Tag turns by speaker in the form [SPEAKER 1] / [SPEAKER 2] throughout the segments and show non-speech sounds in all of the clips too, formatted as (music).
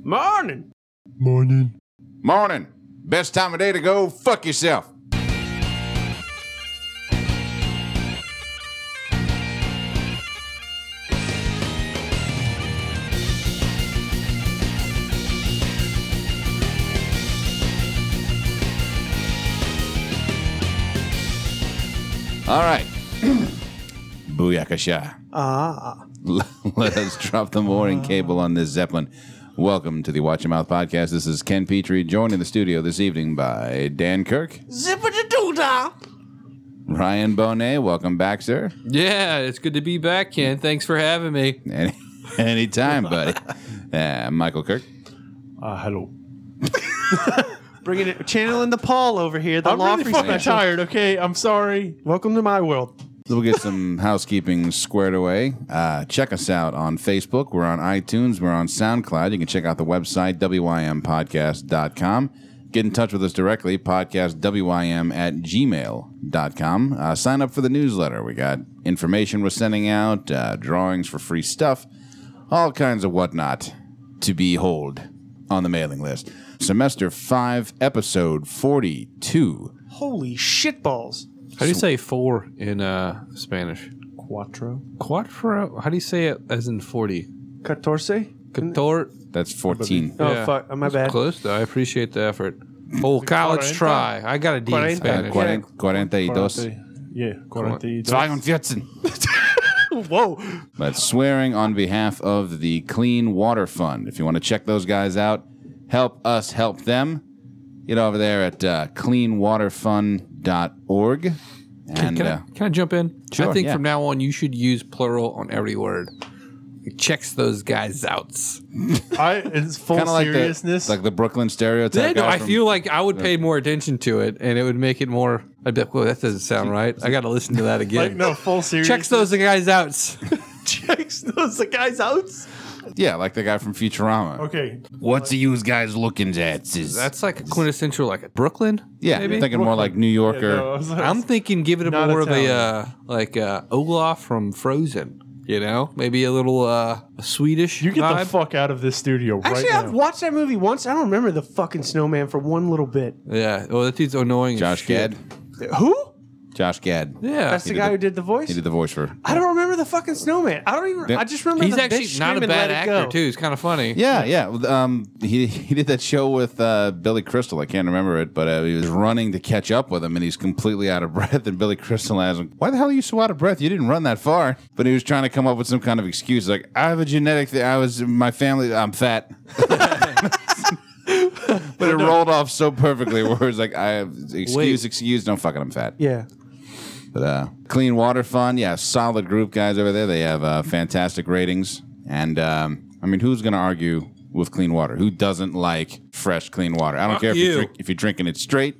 [SPEAKER 1] Morning.
[SPEAKER 2] Morning.
[SPEAKER 3] Morning. Best time of day to go fuck yourself. All right. (clears throat) Booyakasha.
[SPEAKER 1] Ah.
[SPEAKER 3] (laughs) Let us drop the mooring cable on this Zeppelin. Welcome to the Watch Your Mouth podcast. This is Ken Petrie, joined in the studio this evening by Dan Kirk,
[SPEAKER 1] Zippity doo dah.
[SPEAKER 3] Ryan Bonet. Welcome back, sir.
[SPEAKER 4] Yeah, it's good to be back, Ken. Thanks for having me.
[SPEAKER 3] Any, (laughs) anytime, buddy. Uh, Michael Kirk.
[SPEAKER 2] Uh, (laughs) hello.
[SPEAKER 1] Bringing it, channeling the Paul over here, the
[SPEAKER 2] I'm
[SPEAKER 1] law
[SPEAKER 2] really
[SPEAKER 1] free
[SPEAKER 2] fucking
[SPEAKER 1] special.
[SPEAKER 2] tired, okay? I'm sorry.
[SPEAKER 1] Welcome to my world.
[SPEAKER 3] We'll get some (laughs) housekeeping squared away. Uh, check us out on Facebook. We're on iTunes. We're on SoundCloud. You can check out the website, wympodcast.com. Get in touch with us directly, podcastwym at gmail.com. Uh, sign up for the newsletter. We got information we're sending out, uh, drawings for free stuff, all kinds of whatnot to behold on the mailing list. Semester 5, episode 42.
[SPEAKER 1] Holy shitballs.
[SPEAKER 4] How do you say four in uh, Spanish?
[SPEAKER 2] Quattro.
[SPEAKER 4] Quattro? How do you say it as in 40?
[SPEAKER 1] Catorce?
[SPEAKER 4] Cator?
[SPEAKER 3] That's 14.
[SPEAKER 1] Oh,
[SPEAKER 4] Yeah.
[SPEAKER 1] fuck. My bad.
[SPEAKER 4] Close, though. I appreciate the effort. Oh, college try. I got a D in
[SPEAKER 1] Cuarenta.
[SPEAKER 4] Spanish.
[SPEAKER 1] Cuarenta.
[SPEAKER 3] Uh, Quarenta- Cuarenta y dos.
[SPEAKER 2] Yeah, 42.
[SPEAKER 3] 42.
[SPEAKER 1] Whoa.
[SPEAKER 3] That's swearing on behalf of the Clean Water Fund. If you want to check those guys out, help us help them. Get over there at uh, cleanwaterfund.org. And
[SPEAKER 4] Can,
[SPEAKER 3] uh,
[SPEAKER 4] I, can I jump in?
[SPEAKER 3] Sure,
[SPEAKER 4] I think
[SPEAKER 3] yeah.
[SPEAKER 4] from now on, you should use plural on every word. It checks those guys out.
[SPEAKER 2] I, it's full
[SPEAKER 3] kind of like the,
[SPEAKER 2] seriousness.
[SPEAKER 3] like the Brooklyn stereotype.
[SPEAKER 4] Yeah, no,
[SPEAKER 3] guy
[SPEAKER 4] I
[SPEAKER 3] from-
[SPEAKER 4] feel like I would pay more attention to it, and it would make it more. I'd be like, "Whoa, that doesn't sound right." I got to listen to that
[SPEAKER 2] Like,
[SPEAKER 4] again.
[SPEAKER 2] no, full seriousness. (laughs)
[SPEAKER 4] Checks those guys out.
[SPEAKER 1] Checks those the guys out.
[SPEAKER 3] yeah, like the guy from Futurama.
[SPEAKER 2] Okay.
[SPEAKER 3] What's you guys looking at? Is
[SPEAKER 4] That's like a quintessential, like Brooklyn.
[SPEAKER 3] yeah,
[SPEAKER 4] maybe?
[SPEAKER 3] I'm thinking more like New
[SPEAKER 2] Yeah,
[SPEAKER 3] Yorker.
[SPEAKER 4] uh,
[SPEAKER 2] no, I was like-
[SPEAKER 4] I'm thinking give it a
[SPEAKER 2] Not
[SPEAKER 4] more of a
[SPEAKER 2] Italian.
[SPEAKER 4] uh, like uh, Olaf from Frozen. You know, maybe a little uh, Swedish.
[SPEAKER 2] you get
[SPEAKER 4] vibe.
[SPEAKER 2] the fuck out of this studio
[SPEAKER 1] Actually,
[SPEAKER 2] right
[SPEAKER 1] I've
[SPEAKER 2] now.
[SPEAKER 1] watched that movie once. I don't remember the fucking snowman for one little bit.
[SPEAKER 4] Yeah. Well, that dude's annoying. as
[SPEAKER 3] Josh
[SPEAKER 4] shit.
[SPEAKER 3] Gad.
[SPEAKER 1] Who?
[SPEAKER 3] Josh Gad.
[SPEAKER 4] Yeah.
[SPEAKER 1] That's the guy
[SPEAKER 3] the-
[SPEAKER 1] who did the voice?
[SPEAKER 3] He did the voice for.
[SPEAKER 1] I don't remember the fucking snowman. I don't even.
[SPEAKER 3] Yeah.
[SPEAKER 1] I just remember
[SPEAKER 4] He's
[SPEAKER 1] the
[SPEAKER 4] actually
[SPEAKER 1] bitch
[SPEAKER 4] not a
[SPEAKER 1] screaming,
[SPEAKER 4] bad
[SPEAKER 1] "Let it
[SPEAKER 4] actor
[SPEAKER 1] go."
[SPEAKER 4] too. He's kind of funny.
[SPEAKER 3] Yeah, yeah. Um, he he did that show with uh, Billy Crystal. I can't remember it, but uh, he was running to catch up with him, and he's completely out of (laughs) breath. And Billy Crystal asks him, "Why the hell are you so out of breath? You didn't run that far." But he was trying to come up with some kind of excuse, like, "I have a genetic thing. I was my family. I'm fat." (laughs) but it rolled off so perfectly, where it's like, "I have excuse,
[SPEAKER 4] Wait.
[SPEAKER 3] excuse. No fucking, I'm fat."
[SPEAKER 1] Yeah.
[SPEAKER 3] But uh, Clean Water Fund, yeah, solid group guys over there. They have uh, fantastic ratings, and um, I mean, who's going to argue with clean water? Who doesn't like fresh, clean water? I don't
[SPEAKER 4] Fuck
[SPEAKER 3] care if, you.
[SPEAKER 4] you.
[SPEAKER 3] drink, if you're drinking it straight,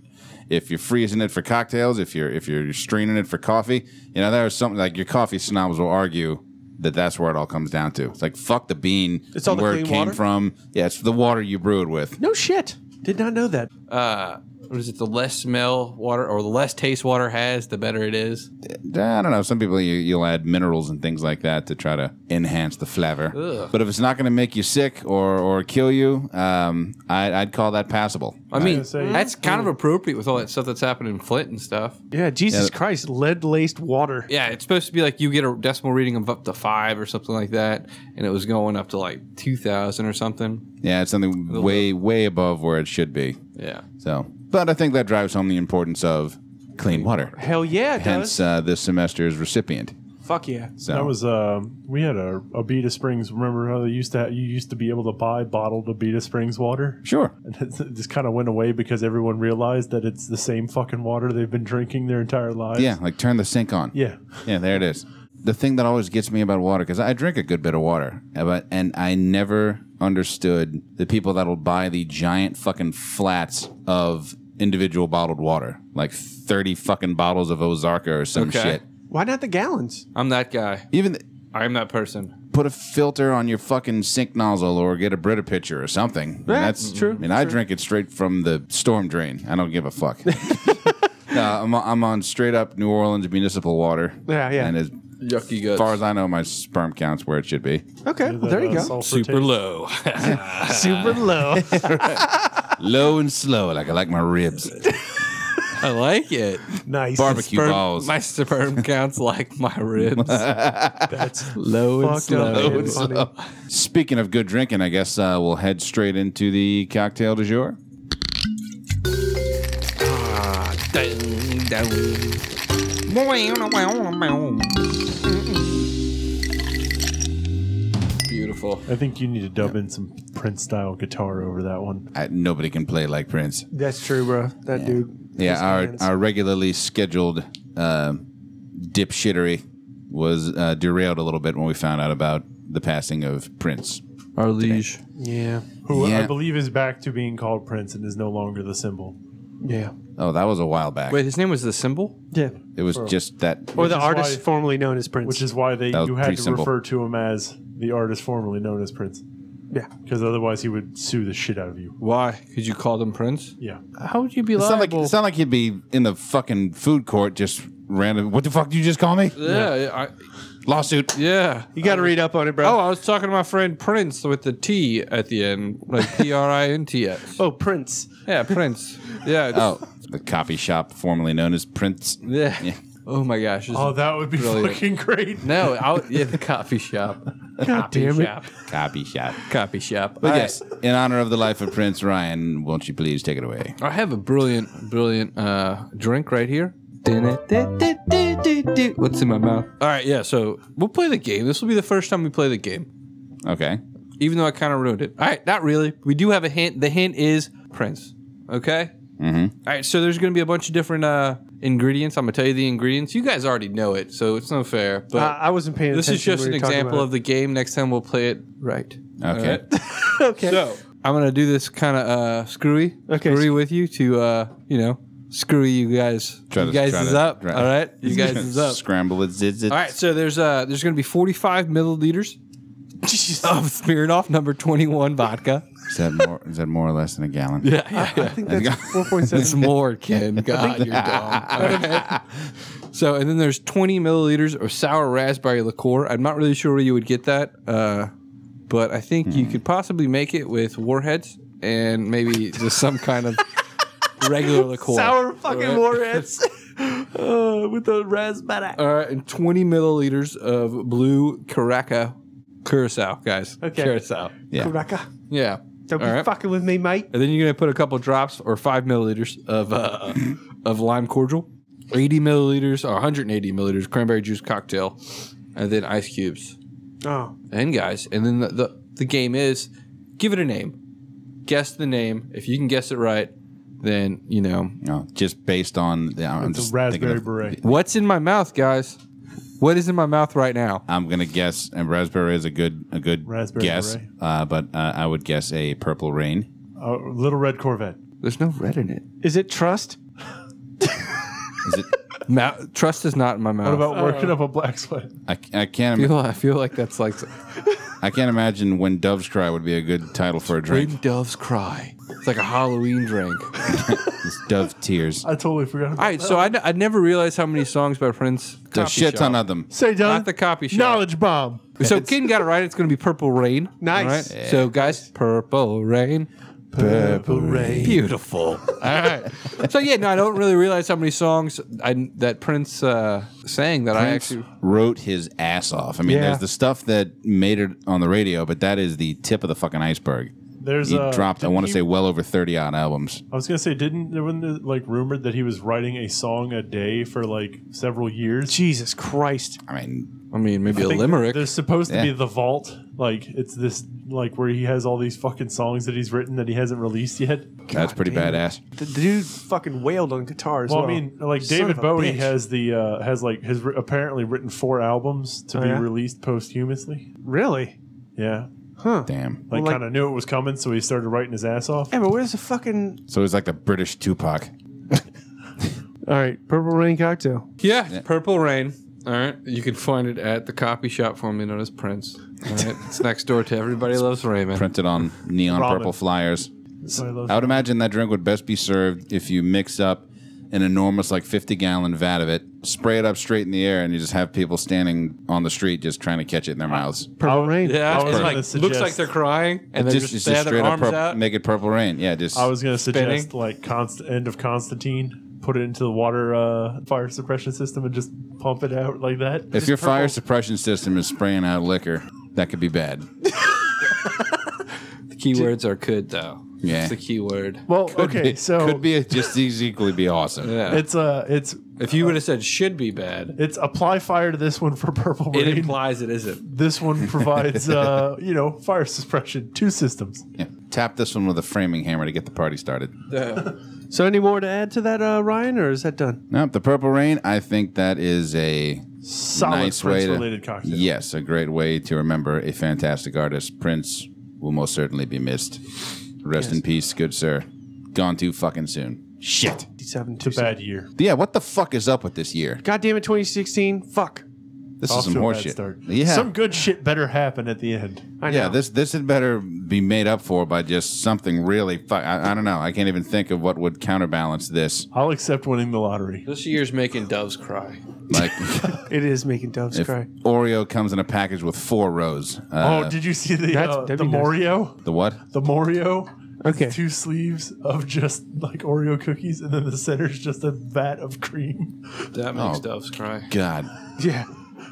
[SPEAKER 3] if you're freezing it for cocktails, if you're if you're straining it for coffee. You know, there's something like your coffee snobs will argue that that's where it all comes down to. It's like fuck the bean,
[SPEAKER 1] It's all
[SPEAKER 3] and
[SPEAKER 1] the
[SPEAKER 3] where it
[SPEAKER 1] clean
[SPEAKER 3] came
[SPEAKER 1] water?
[SPEAKER 3] from. Yeah, it's the water you brew it with.
[SPEAKER 1] No shit. Did not know that.
[SPEAKER 4] Uh, what is it? The less smell water or the less taste water has, the better it is.
[SPEAKER 3] I don't know. Some people you, you'll add minerals and things like that to try to enhance the flavor.
[SPEAKER 4] Ugh.
[SPEAKER 3] But if it's not going to make you sick or or kill you, um, I, I'd call that passable.
[SPEAKER 4] I mean,
[SPEAKER 2] gonna say-
[SPEAKER 4] that's kind of appropriate with all that stuff that's happening in Flint and stuff.
[SPEAKER 1] Yeah. Jesus Christ. Lead laced water.
[SPEAKER 4] Yeah, it's supposed to be like you get a decimal reading of up to five or something like that, and it was going up to like two thousand or something.
[SPEAKER 3] yeah, it's something way way above where it should be.
[SPEAKER 4] Yeah,
[SPEAKER 3] So, but I think that drives home the importance of clean water.
[SPEAKER 1] Hell yeah, it
[SPEAKER 3] Hence,
[SPEAKER 1] does.
[SPEAKER 3] uh, this semester's recipient.
[SPEAKER 1] Fuck yeah.
[SPEAKER 3] So
[SPEAKER 2] That was um. We had a Abita Springs. Remember how they used to? you used to be able to buy bottled Abita Springs water,
[SPEAKER 3] sure.
[SPEAKER 2] and it (laughs) just kind of went away because everyone realized that it's the same fucking water they've been drinking their entire lives.
[SPEAKER 3] Yeah, like turn the sink on.
[SPEAKER 2] Yeah.
[SPEAKER 3] Yeah, there it is. The thing that always gets me about water, because I drink a good bit of water, eh, but and I never understood the people that'll buy the giant fucking flats of individual bottled water, like thirty fucking bottles of Ozarka or some
[SPEAKER 4] Okay.
[SPEAKER 3] shit.
[SPEAKER 1] Why not the gallons?
[SPEAKER 4] I'm that guy.
[SPEAKER 3] Even th-
[SPEAKER 4] I'm that person.
[SPEAKER 3] put a filter on your fucking sink nozzle or get a Brita pitcher or something. And that's
[SPEAKER 1] true,
[SPEAKER 3] I mean, I drink it straight from the storm drain. I don't give
[SPEAKER 1] (laughs)
[SPEAKER 3] a Uh, fuck. No, I'm, I'm on straight up New Orleans municipal water.
[SPEAKER 1] Yeah, yeah.
[SPEAKER 3] And as
[SPEAKER 4] Yucky
[SPEAKER 3] As
[SPEAKER 4] guts.
[SPEAKER 3] far as I know, my sperm count's where it should be.
[SPEAKER 1] Okay, well,
[SPEAKER 2] uh,
[SPEAKER 1] there you go.
[SPEAKER 4] Super low. (laughs)
[SPEAKER 1] Super low.
[SPEAKER 3] Low and slow, like I like my
[SPEAKER 1] (laughs)
[SPEAKER 3] ribs.
[SPEAKER 4] I like (laughs) it.
[SPEAKER 2] Nice.
[SPEAKER 3] Barbecue
[SPEAKER 4] Sperm-
[SPEAKER 3] balls.
[SPEAKER 4] My (laughs) sperm counts like my (laughs) ribs.
[SPEAKER 2] That's
[SPEAKER 4] low and
[SPEAKER 2] fucked up.
[SPEAKER 4] slow.
[SPEAKER 2] man.
[SPEAKER 3] and slow. Speaking of good drinking, I guess uh, we'll head straight into the cocktail du jour.
[SPEAKER 4] Dun, dun. Beautiful.
[SPEAKER 2] I think you need to dub in some Prince style guitar over that one.
[SPEAKER 3] I, nobody can play like Prince.
[SPEAKER 5] That's true, bro. That dude.
[SPEAKER 3] Yeah, our,
[SPEAKER 5] hands.
[SPEAKER 3] our regularly scheduled uh, dipshittery was uh, derailed a little bit when we found out about the passing of Prince.
[SPEAKER 4] Our liege.
[SPEAKER 5] Yeah.
[SPEAKER 2] Who
[SPEAKER 3] Yeah.
[SPEAKER 2] I believe is back to being called Prince and is no longer the symbol.
[SPEAKER 5] Yeah.
[SPEAKER 3] Oh, that was a while back.
[SPEAKER 4] Wait, his name was the symbol?
[SPEAKER 5] Yeah.
[SPEAKER 3] it was just that.
[SPEAKER 5] Or the
[SPEAKER 2] is
[SPEAKER 5] artist
[SPEAKER 2] why-
[SPEAKER 5] formerly known as Prince.
[SPEAKER 2] Which is why they
[SPEAKER 3] That was
[SPEAKER 2] you had
[SPEAKER 3] pretty
[SPEAKER 2] to
[SPEAKER 3] simple.
[SPEAKER 2] refer to him as the artist formerly known as Prince.
[SPEAKER 5] yeah.
[SPEAKER 2] Because otherwise he would sue the shit out of you.
[SPEAKER 4] Why? Could you call them Prince?
[SPEAKER 2] Yeah.
[SPEAKER 3] Uh,
[SPEAKER 4] How would you be
[SPEAKER 3] It sounded like
[SPEAKER 4] liable?
[SPEAKER 3] it sounded like he'd be in the fucking food court just random. What the fuck did you just call me?
[SPEAKER 4] yeah, yeah. I,
[SPEAKER 3] Lawsuit.
[SPEAKER 4] yeah.
[SPEAKER 1] You got to read up on it,
[SPEAKER 4] Oh,
[SPEAKER 1] bro.
[SPEAKER 4] I was talking to my friend Prince with the T at the end, (laughs) like P R I N T S.
[SPEAKER 5] Oh, Prince.
[SPEAKER 4] Yeah, Prince. Yeah. it's-
[SPEAKER 3] Oh, the coffee shop formerly known as Prince.
[SPEAKER 4] Yeah. Oh my gosh. it's-
[SPEAKER 2] Oh, that would be
[SPEAKER 4] Brilliant.
[SPEAKER 2] fucking great.
[SPEAKER 4] no, I w yeah, the coffee shop.
[SPEAKER 5] God damn it.
[SPEAKER 4] shop.
[SPEAKER 3] Coffee shop.
[SPEAKER 4] Coffee shop.
[SPEAKER 3] But
[SPEAKER 4] All right.
[SPEAKER 3] yes, in honor of the life of Prince Ryan, won't you please take it away?
[SPEAKER 4] I have a brilliant, brilliant uh, drink right here. What's in my mouth? All right, yeah. So we'll play the game. This will be the first time we play the game,
[SPEAKER 3] Okay.
[SPEAKER 4] even though I kind of ruined it. All right, not really. We do have a hint. The hint is Prince. Okay. Mm-hmm. right, so there's going to be a bunch of different uh, ingredients. I'm gonna tell you the ingredients. You guys already know it, so it's no fair. But
[SPEAKER 5] I, I wasn't paying
[SPEAKER 4] this
[SPEAKER 5] Uh, attention.
[SPEAKER 4] is just
[SPEAKER 5] when
[SPEAKER 4] an
[SPEAKER 5] we were talking
[SPEAKER 4] example
[SPEAKER 5] about
[SPEAKER 4] of the game. Next time we'll play it right.
[SPEAKER 3] Okay.
[SPEAKER 5] it. (laughs) Okay.
[SPEAKER 4] So I'm gonna do this kind of uh, screwy,
[SPEAKER 5] Okay.
[SPEAKER 4] screwy with you to uh, you know screw you guys.
[SPEAKER 3] Try
[SPEAKER 4] you
[SPEAKER 3] to-
[SPEAKER 4] guys
[SPEAKER 3] try
[SPEAKER 4] is
[SPEAKER 3] to-
[SPEAKER 4] up.
[SPEAKER 3] try- (laughs)
[SPEAKER 4] All right, you guys is up.
[SPEAKER 3] Scramble it, zit, zit.
[SPEAKER 4] All right, so there's uh there's gonna be 45 (laughs) milliliters of Smirnoff number 21 vodka.
[SPEAKER 3] Is that more? Is that more or less than a gallon?
[SPEAKER 4] (laughs) Yeah, yeah, yeah.
[SPEAKER 5] I think that's (laughs) 4.7.
[SPEAKER 4] It's more, Ken. God, you're dumb. Okay. So, and then there's 20 milliliters of sour raspberry liqueur. I'm not really sure where you would get that, uh, but I think you could possibly make it with warheads and maybe just some kind of regular liqueur.
[SPEAKER 1] Sour fucking
[SPEAKER 4] (laughs)
[SPEAKER 1] warheads uh, with the raspberry.
[SPEAKER 4] All right, and 20 milliliters of blue Caraca curacao, guys.
[SPEAKER 5] Okay.
[SPEAKER 4] Curacao.
[SPEAKER 3] Yeah.
[SPEAKER 5] Caraca.
[SPEAKER 4] Yeah.
[SPEAKER 5] Don't
[SPEAKER 4] All
[SPEAKER 5] be
[SPEAKER 4] right.
[SPEAKER 5] fucking with me, mate.
[SPEAKER 4] And then you're gonna put a couple drops or five milliliters of uh, of lime cordial, eighty milliliters or 180 milliliters cranberry juice cocktail, and then ice cubes.
[SPEAKER 5] Oh.
[SPEAKER 4] And guys, and then the, the the game is give it a name, guess the name. If you can guess it right, then you know
[SPEAKER 3] No, just based on. The, I'm
[SPEAKER 2] It's
[SPEAKER 3] just
[SPEAKER 2] a raspberry
[SPEAKER 3] thinking of-
[SPEAKER 2] beret.
[SPEAKER 4] what's in my mouth, guys. What is in my mouth right now?
[SPEAKER 3] I'm gonna guess, and raspberry is a good a good
[SPEAKER 2] Raspberry
[SPEAKER 3] guess,
[SPEAKER 2] beret.
[SPEAKER 3] uh, but uh, I would guess a purple rain.
[SPEAKER 2] A little red Corvette.
[SPEAKER 4] There's no red in it.
[SPEAKER 5] Is it trust?
[SPEAKER 3] Is it?
[SPEAKER 4] Ma- trust is not in my mouth.
[SPEAKER 2] What about working up a black sweat?
[SPEAKER 3] I, I can't
[SPEAKER 4] I
[SPEAKER 3] im-
[SPEAKER 4] (laughs) feel, I feel like that's like
[SPEAKER 3] I can't imagine when doves cry would be a good title for a drink.
[SPEAKER 4] when doves cry. It's like a Halloween drink.
[SPEAKER 3] It's dove tears.
[SPEAKER 2] I totally forgot
[SPEAKER 4] All
[SPEAKER 2] about
[SPEAKER 4] right, so I, I never realized how many songs by Prince.
[SPEAKER 3] The
[SPEAKER 4] Coffee
[SPEAKER 3] shit ton
[SPEAKER 4] shop.
[SPEAKER 3] of them.
[SPEAKER 2] Say,
[SPEAKER 4] Not
[SPEAKER 2] John.
[SPEAKER 4] the copy shop.
[SPEAKER 2] Knowledge bomb.
[SPEAKER 4] So Ken got it right. It's going to be Purple Rain.
[SPEAKER 1] Nice.
[SPEAKER 4] All right? So guys, Purple Rain.
[SPEAKER 2] Purple rain.
[SPEAKER 4] Beautiful. All right. So yeah, no, I don't really realize how many songs I, that Prince uh, sang that
[SPEAKER 3] Prince
[SPEAKER 4] I actually.
[SPEAKER 3] wrote his ass off. I mean,
[SPEAKER 5] Yeah.
[SPEAKER 3] there's the stuff that made it on the radio, but that is the tip of the fucking iceberg.
[SPEAKER 2] There's
[SPEAKER 3] He
[SPEAKER 2] uh,
[SPEAKER 3] dropped, I
[SPEAKER 2] didn't
[SPEAKER 3] want to
[SPEAKER 2] he-
[SPEAKER 3] say, well over 30 odd albums.
[SPEAKER 2] I was gonna say, didn't there wasn't it, like rumored that he was writing a song a day for like several years?
[SPEAKER 5] Jesus Christ.
[SPEAKER 3] I mean,
[SPEAKER 4] I mean, maybe a
[SPEAKER 2] think
[SPEAKER 4] limerick.
[SPEAKER 2] There's supposed to be
[SPEAKER 3] Yeah.
[SPEAKER 2] the vault. Like it's this like where he has all these fucking songs that he's written that he hasn't released yet.
[SPEAKER 3] that's pretty
[SPEAKER 5] damn it.
[SPEAKER 3] badass.
[SPEAKER 5] The, the dude fucking wailed on guitar as
[SPEAKER 2] Well,
[SPEAKER 5] well.
[SPEAKER 2] I mean, like
[SPEAKER 5] Son
[SPEAKER 2] David
[SPEAKER 5] of a
[SPEAKER 2] Bowie
[SPEAKER 5] bitch.
[SPEAKER 2] has the uh, has like has ri- apparently written four albums to
[SPEAKER 5] Oh,
[SPEAKER 2] be
[SPEAKER 5] yeah?
[SPEAKER 2] released posthumously.
[SPEAKER 5] Really?
[SPEAKER 2] Yeah,
[SPEAKER 3] Damn.
[SPEAKER 2] like
[SPEAKER 5] Well, like-
[SPEAKER 2] kind of knew it was coming, so he started writing his ass off.
[SPEAKER 5] Yeah, but where's the fucking.
[SPEAKER 3] So he's like the British Tupac.
[SPEAKER 5] All right. Purple Rain cocktail.
[SPEAKER 4] yeah, it's Purple Rain. All right, you can find it at the copy shop formerly known as Prince. All right, it's next door to Everybody Loves Raymond.
[SPEAKER 3] Printed on neon
[SPEAKER 2] Ramen.
[SPEAKER 3] purple flyers.
[SPEAKER 2] That's why I love-
[SPEAKER 3] I would imagine that drink would best be served if you mix up an enormous, like 50 gallon vat of it, spray it up straight in the air, and you just have people standing on the street just trying to catch it in their
[SPEAKER 4] Uh,
[SPEAKER 3] mouths.
[SPEAKER 5] Purple rain.
[SPEAKER 4] Yeah,
[SPEAKER 2] I was
[SPEAKER 4] it's
[SPEAKER 2] gonna
[SPEAKER 4] like looks
[SPEAKER 2] suggest-
[SPEAKER 4] like they're crying, and they just,
[SPEAKER 3] it's
[SPEAKER 4] they have their arms
[SPEAKER 3] purp-
[SPEAKER 4] out.
[SPEAKER 3] naked purple rain. Yeah, just
[SPEAKER 2] I was gonna suggest
[SPEAKER 4] Spinning.
[SPEAKER 2] like const- end of Constantine, put it into the water uh, fire suppression system and just pump it out like that.
[SPEAKER 3] if your fire suppression system is spraying out liquor, that could be bad.
[SPEAKER 4] The keywords are could though.
[SPEAKER 3] Yeah.
[SPEAKER 4] it's the keyword.
[SPEAKER 5] Well,
[SPEAKER 3] Could
[SPEAKER 5] okay,
[SPEAKER 3] be-
[SPEAKER 5] so
[SPEAKER 3] could be just as equally be awesome.
[SPEAKER 4] Yeah.
[SPEAKER 2] It's uh, it's
[SPEAKER 4] if you would have said should be bad,
[SPEAKER 2] it's apply fire to this one for purple
[SPEAKER 4] it
[SPEAKER 2] rain.
[SPEAKER 4] implies it isn't.
[SPEAKER 2] this
[SPEAKER 3] (laughs)
[SPEAKER 2] one provides uh, you know fire suppression. Two systems.
[SPEAKER 3] Yeah. Tap this one with a framing hammer to get the party started.
[SPEAKER 5] so any more to add to that, uh, Ryan, or is that done?
[SPEAKER 3] Nope, the purple rain. I think that is a
[SPEAKER 2] Solid
[SPEAKER 3] nice way
[SPEAKER 2] Prince
[SPEAKER 3] to
[SPEAKER 2] related cocktail.
[SPEAKER 3] yes, a great way to remember a fantastic artist. Prince will most certainly be missed. Rest in peace, good sir. Gone too fucking soon. Shit.
[SPEAKER 5] Seven
[SPEAKER 2] It's a bad year.
[SPEAKER 3] Yeah, what the fuck is up with this year?
[SPEAKER 5] God damn it, 2016. Fuck.
[SPEAKER 3] This
[SPEAKER 2] Off
[SPEAKER 3] is some
[SPEAKER 2] to a bad
[SPEAKER 3] horseshit.
[SPEAKER 2] start.
[SPEAKER 3] Yeah,
[SPEAKER 2] Some good shit better happen at the end.
[SPEAKER 5] I know.
[SPEAKER 3] yeah. This this had better be made up for by just something really. Fu- I, I don't know. I can't even think of what would counterbalance this.
[SPEAKER 2] I'll accept winning the lottery.
[SPEAKER 4] This year's making doves cry.
[SPEAKER 2] (laughs)
[SPEAKER 3] Like
[SPEAKER 5] It is making doves
[SPEAKER 3] if
[SPEAKER 5] cry.
[SPEAKER 3] Oreo comes in a package with four rows. Uh,
[SPEAKER 2] oh, did you see the
[SPEAKER 5] that's-
[SPEAKER 2] uh, the
[SPEAKER 5] that'd be nice.
[SPEAKER 2] Morio?
[SPEAKER 3] the what?
[SPEAKER 2] The Morio.
[SPEAKER 5] Okay.
[SPEAKER 2] Two sleeves of just like Oreo cookies, and then the center's just a vat of cream.
[SPEAKER 4] That makes
[SPEAKER 3] Oh.
[SPEAKER 4] doves cry.
[SPEAKER 3] God,
[SPEAKER 2] (laughs)
[SPEAKER 5] Yeah.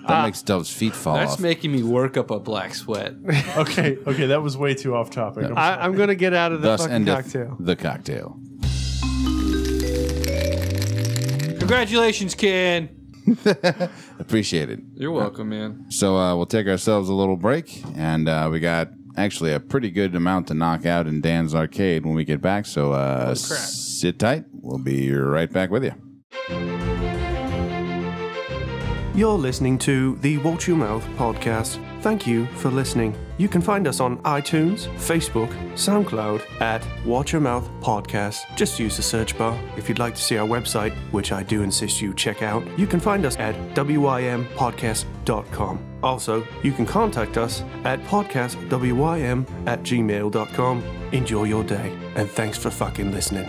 [SPEAKER 3] that makes Dove's feet fall
[SPEAKER 4] That's
[SPEAKER 3] off.
[SPEAKER 4] making me work up a black sweat.
[SPEAKER 2] Okay, okay, that was way too off topic. I'm
[SPEAKER 5] I, I'm going to get out of the
[SPEAKER 3] Thus
[SPEAKER 5] fucking
[SPEAKER 3] endeth
[SPEAKER 5] cocktail.
[SPEAKER 3] the cocktail.
[SPEAKER 4] Congratulations, Ken.
[SPEAKER 3] Appreciated.
[SPEAKER 4] You're welcome, man.
[SPEAKER 3] So uh, we'll take ourselves a little break, and uh, we got actually a pretty good amount to knock out in Dan's arcade when we get back. So uh, sit tight. We'll be right back with you.
[SPEAKER 6] You're listening to the Watch Your Mouth podcast. Thank you for listening. You can find us on iTunes, Facebook, SoundCloud at Watch Your Mouth Podcast. Just use the search bar. If you'd like to see our website, which I do insist you check out, you can find us at wympodcast.com. Also, you can contact us at podcastwym at gmail.com. Enjoy your day, and thanks for fucking listening.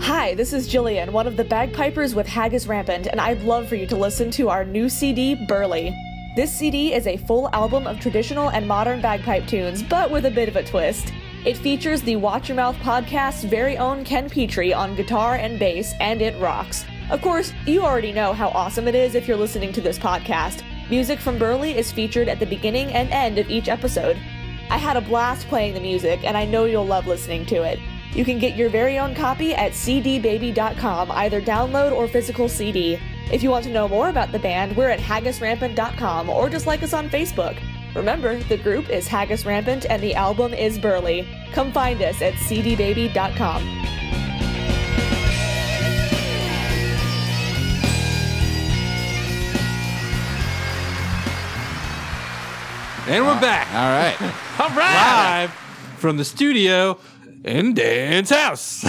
[SPEAKER 7] Hi, this is Jillian, one of the bagpipers with Haggis Rampant, and I'd love for you to listen to our new CD, Burley. This CD is a full album of traditional and modern bagpipe tunes, but with a bit of a twist. It features the Watch Your Mouth podcast's very own Ken Petrie on guitar and bass, and it rocks. Of course, you already know how awesome it is if you're listening to this podcast. Music from Burley is featured at the beginning and end of each episode. I had a blast playing the music, and I know you'll love listening to it. You can get your very own copy at cdbaby.com, either download or physical CD. If you want to know more about the band, we're at haggisrampant.com or just like us on Facebook. Remember, the group is Haggis Rampant and the album is Burley. Come find us at cdbaby.com.
[SPEAKER 4] And we're back.
[SPEAKER 3] All right.
[SPEAKER 4] All right. Live from the studio in Dan's house.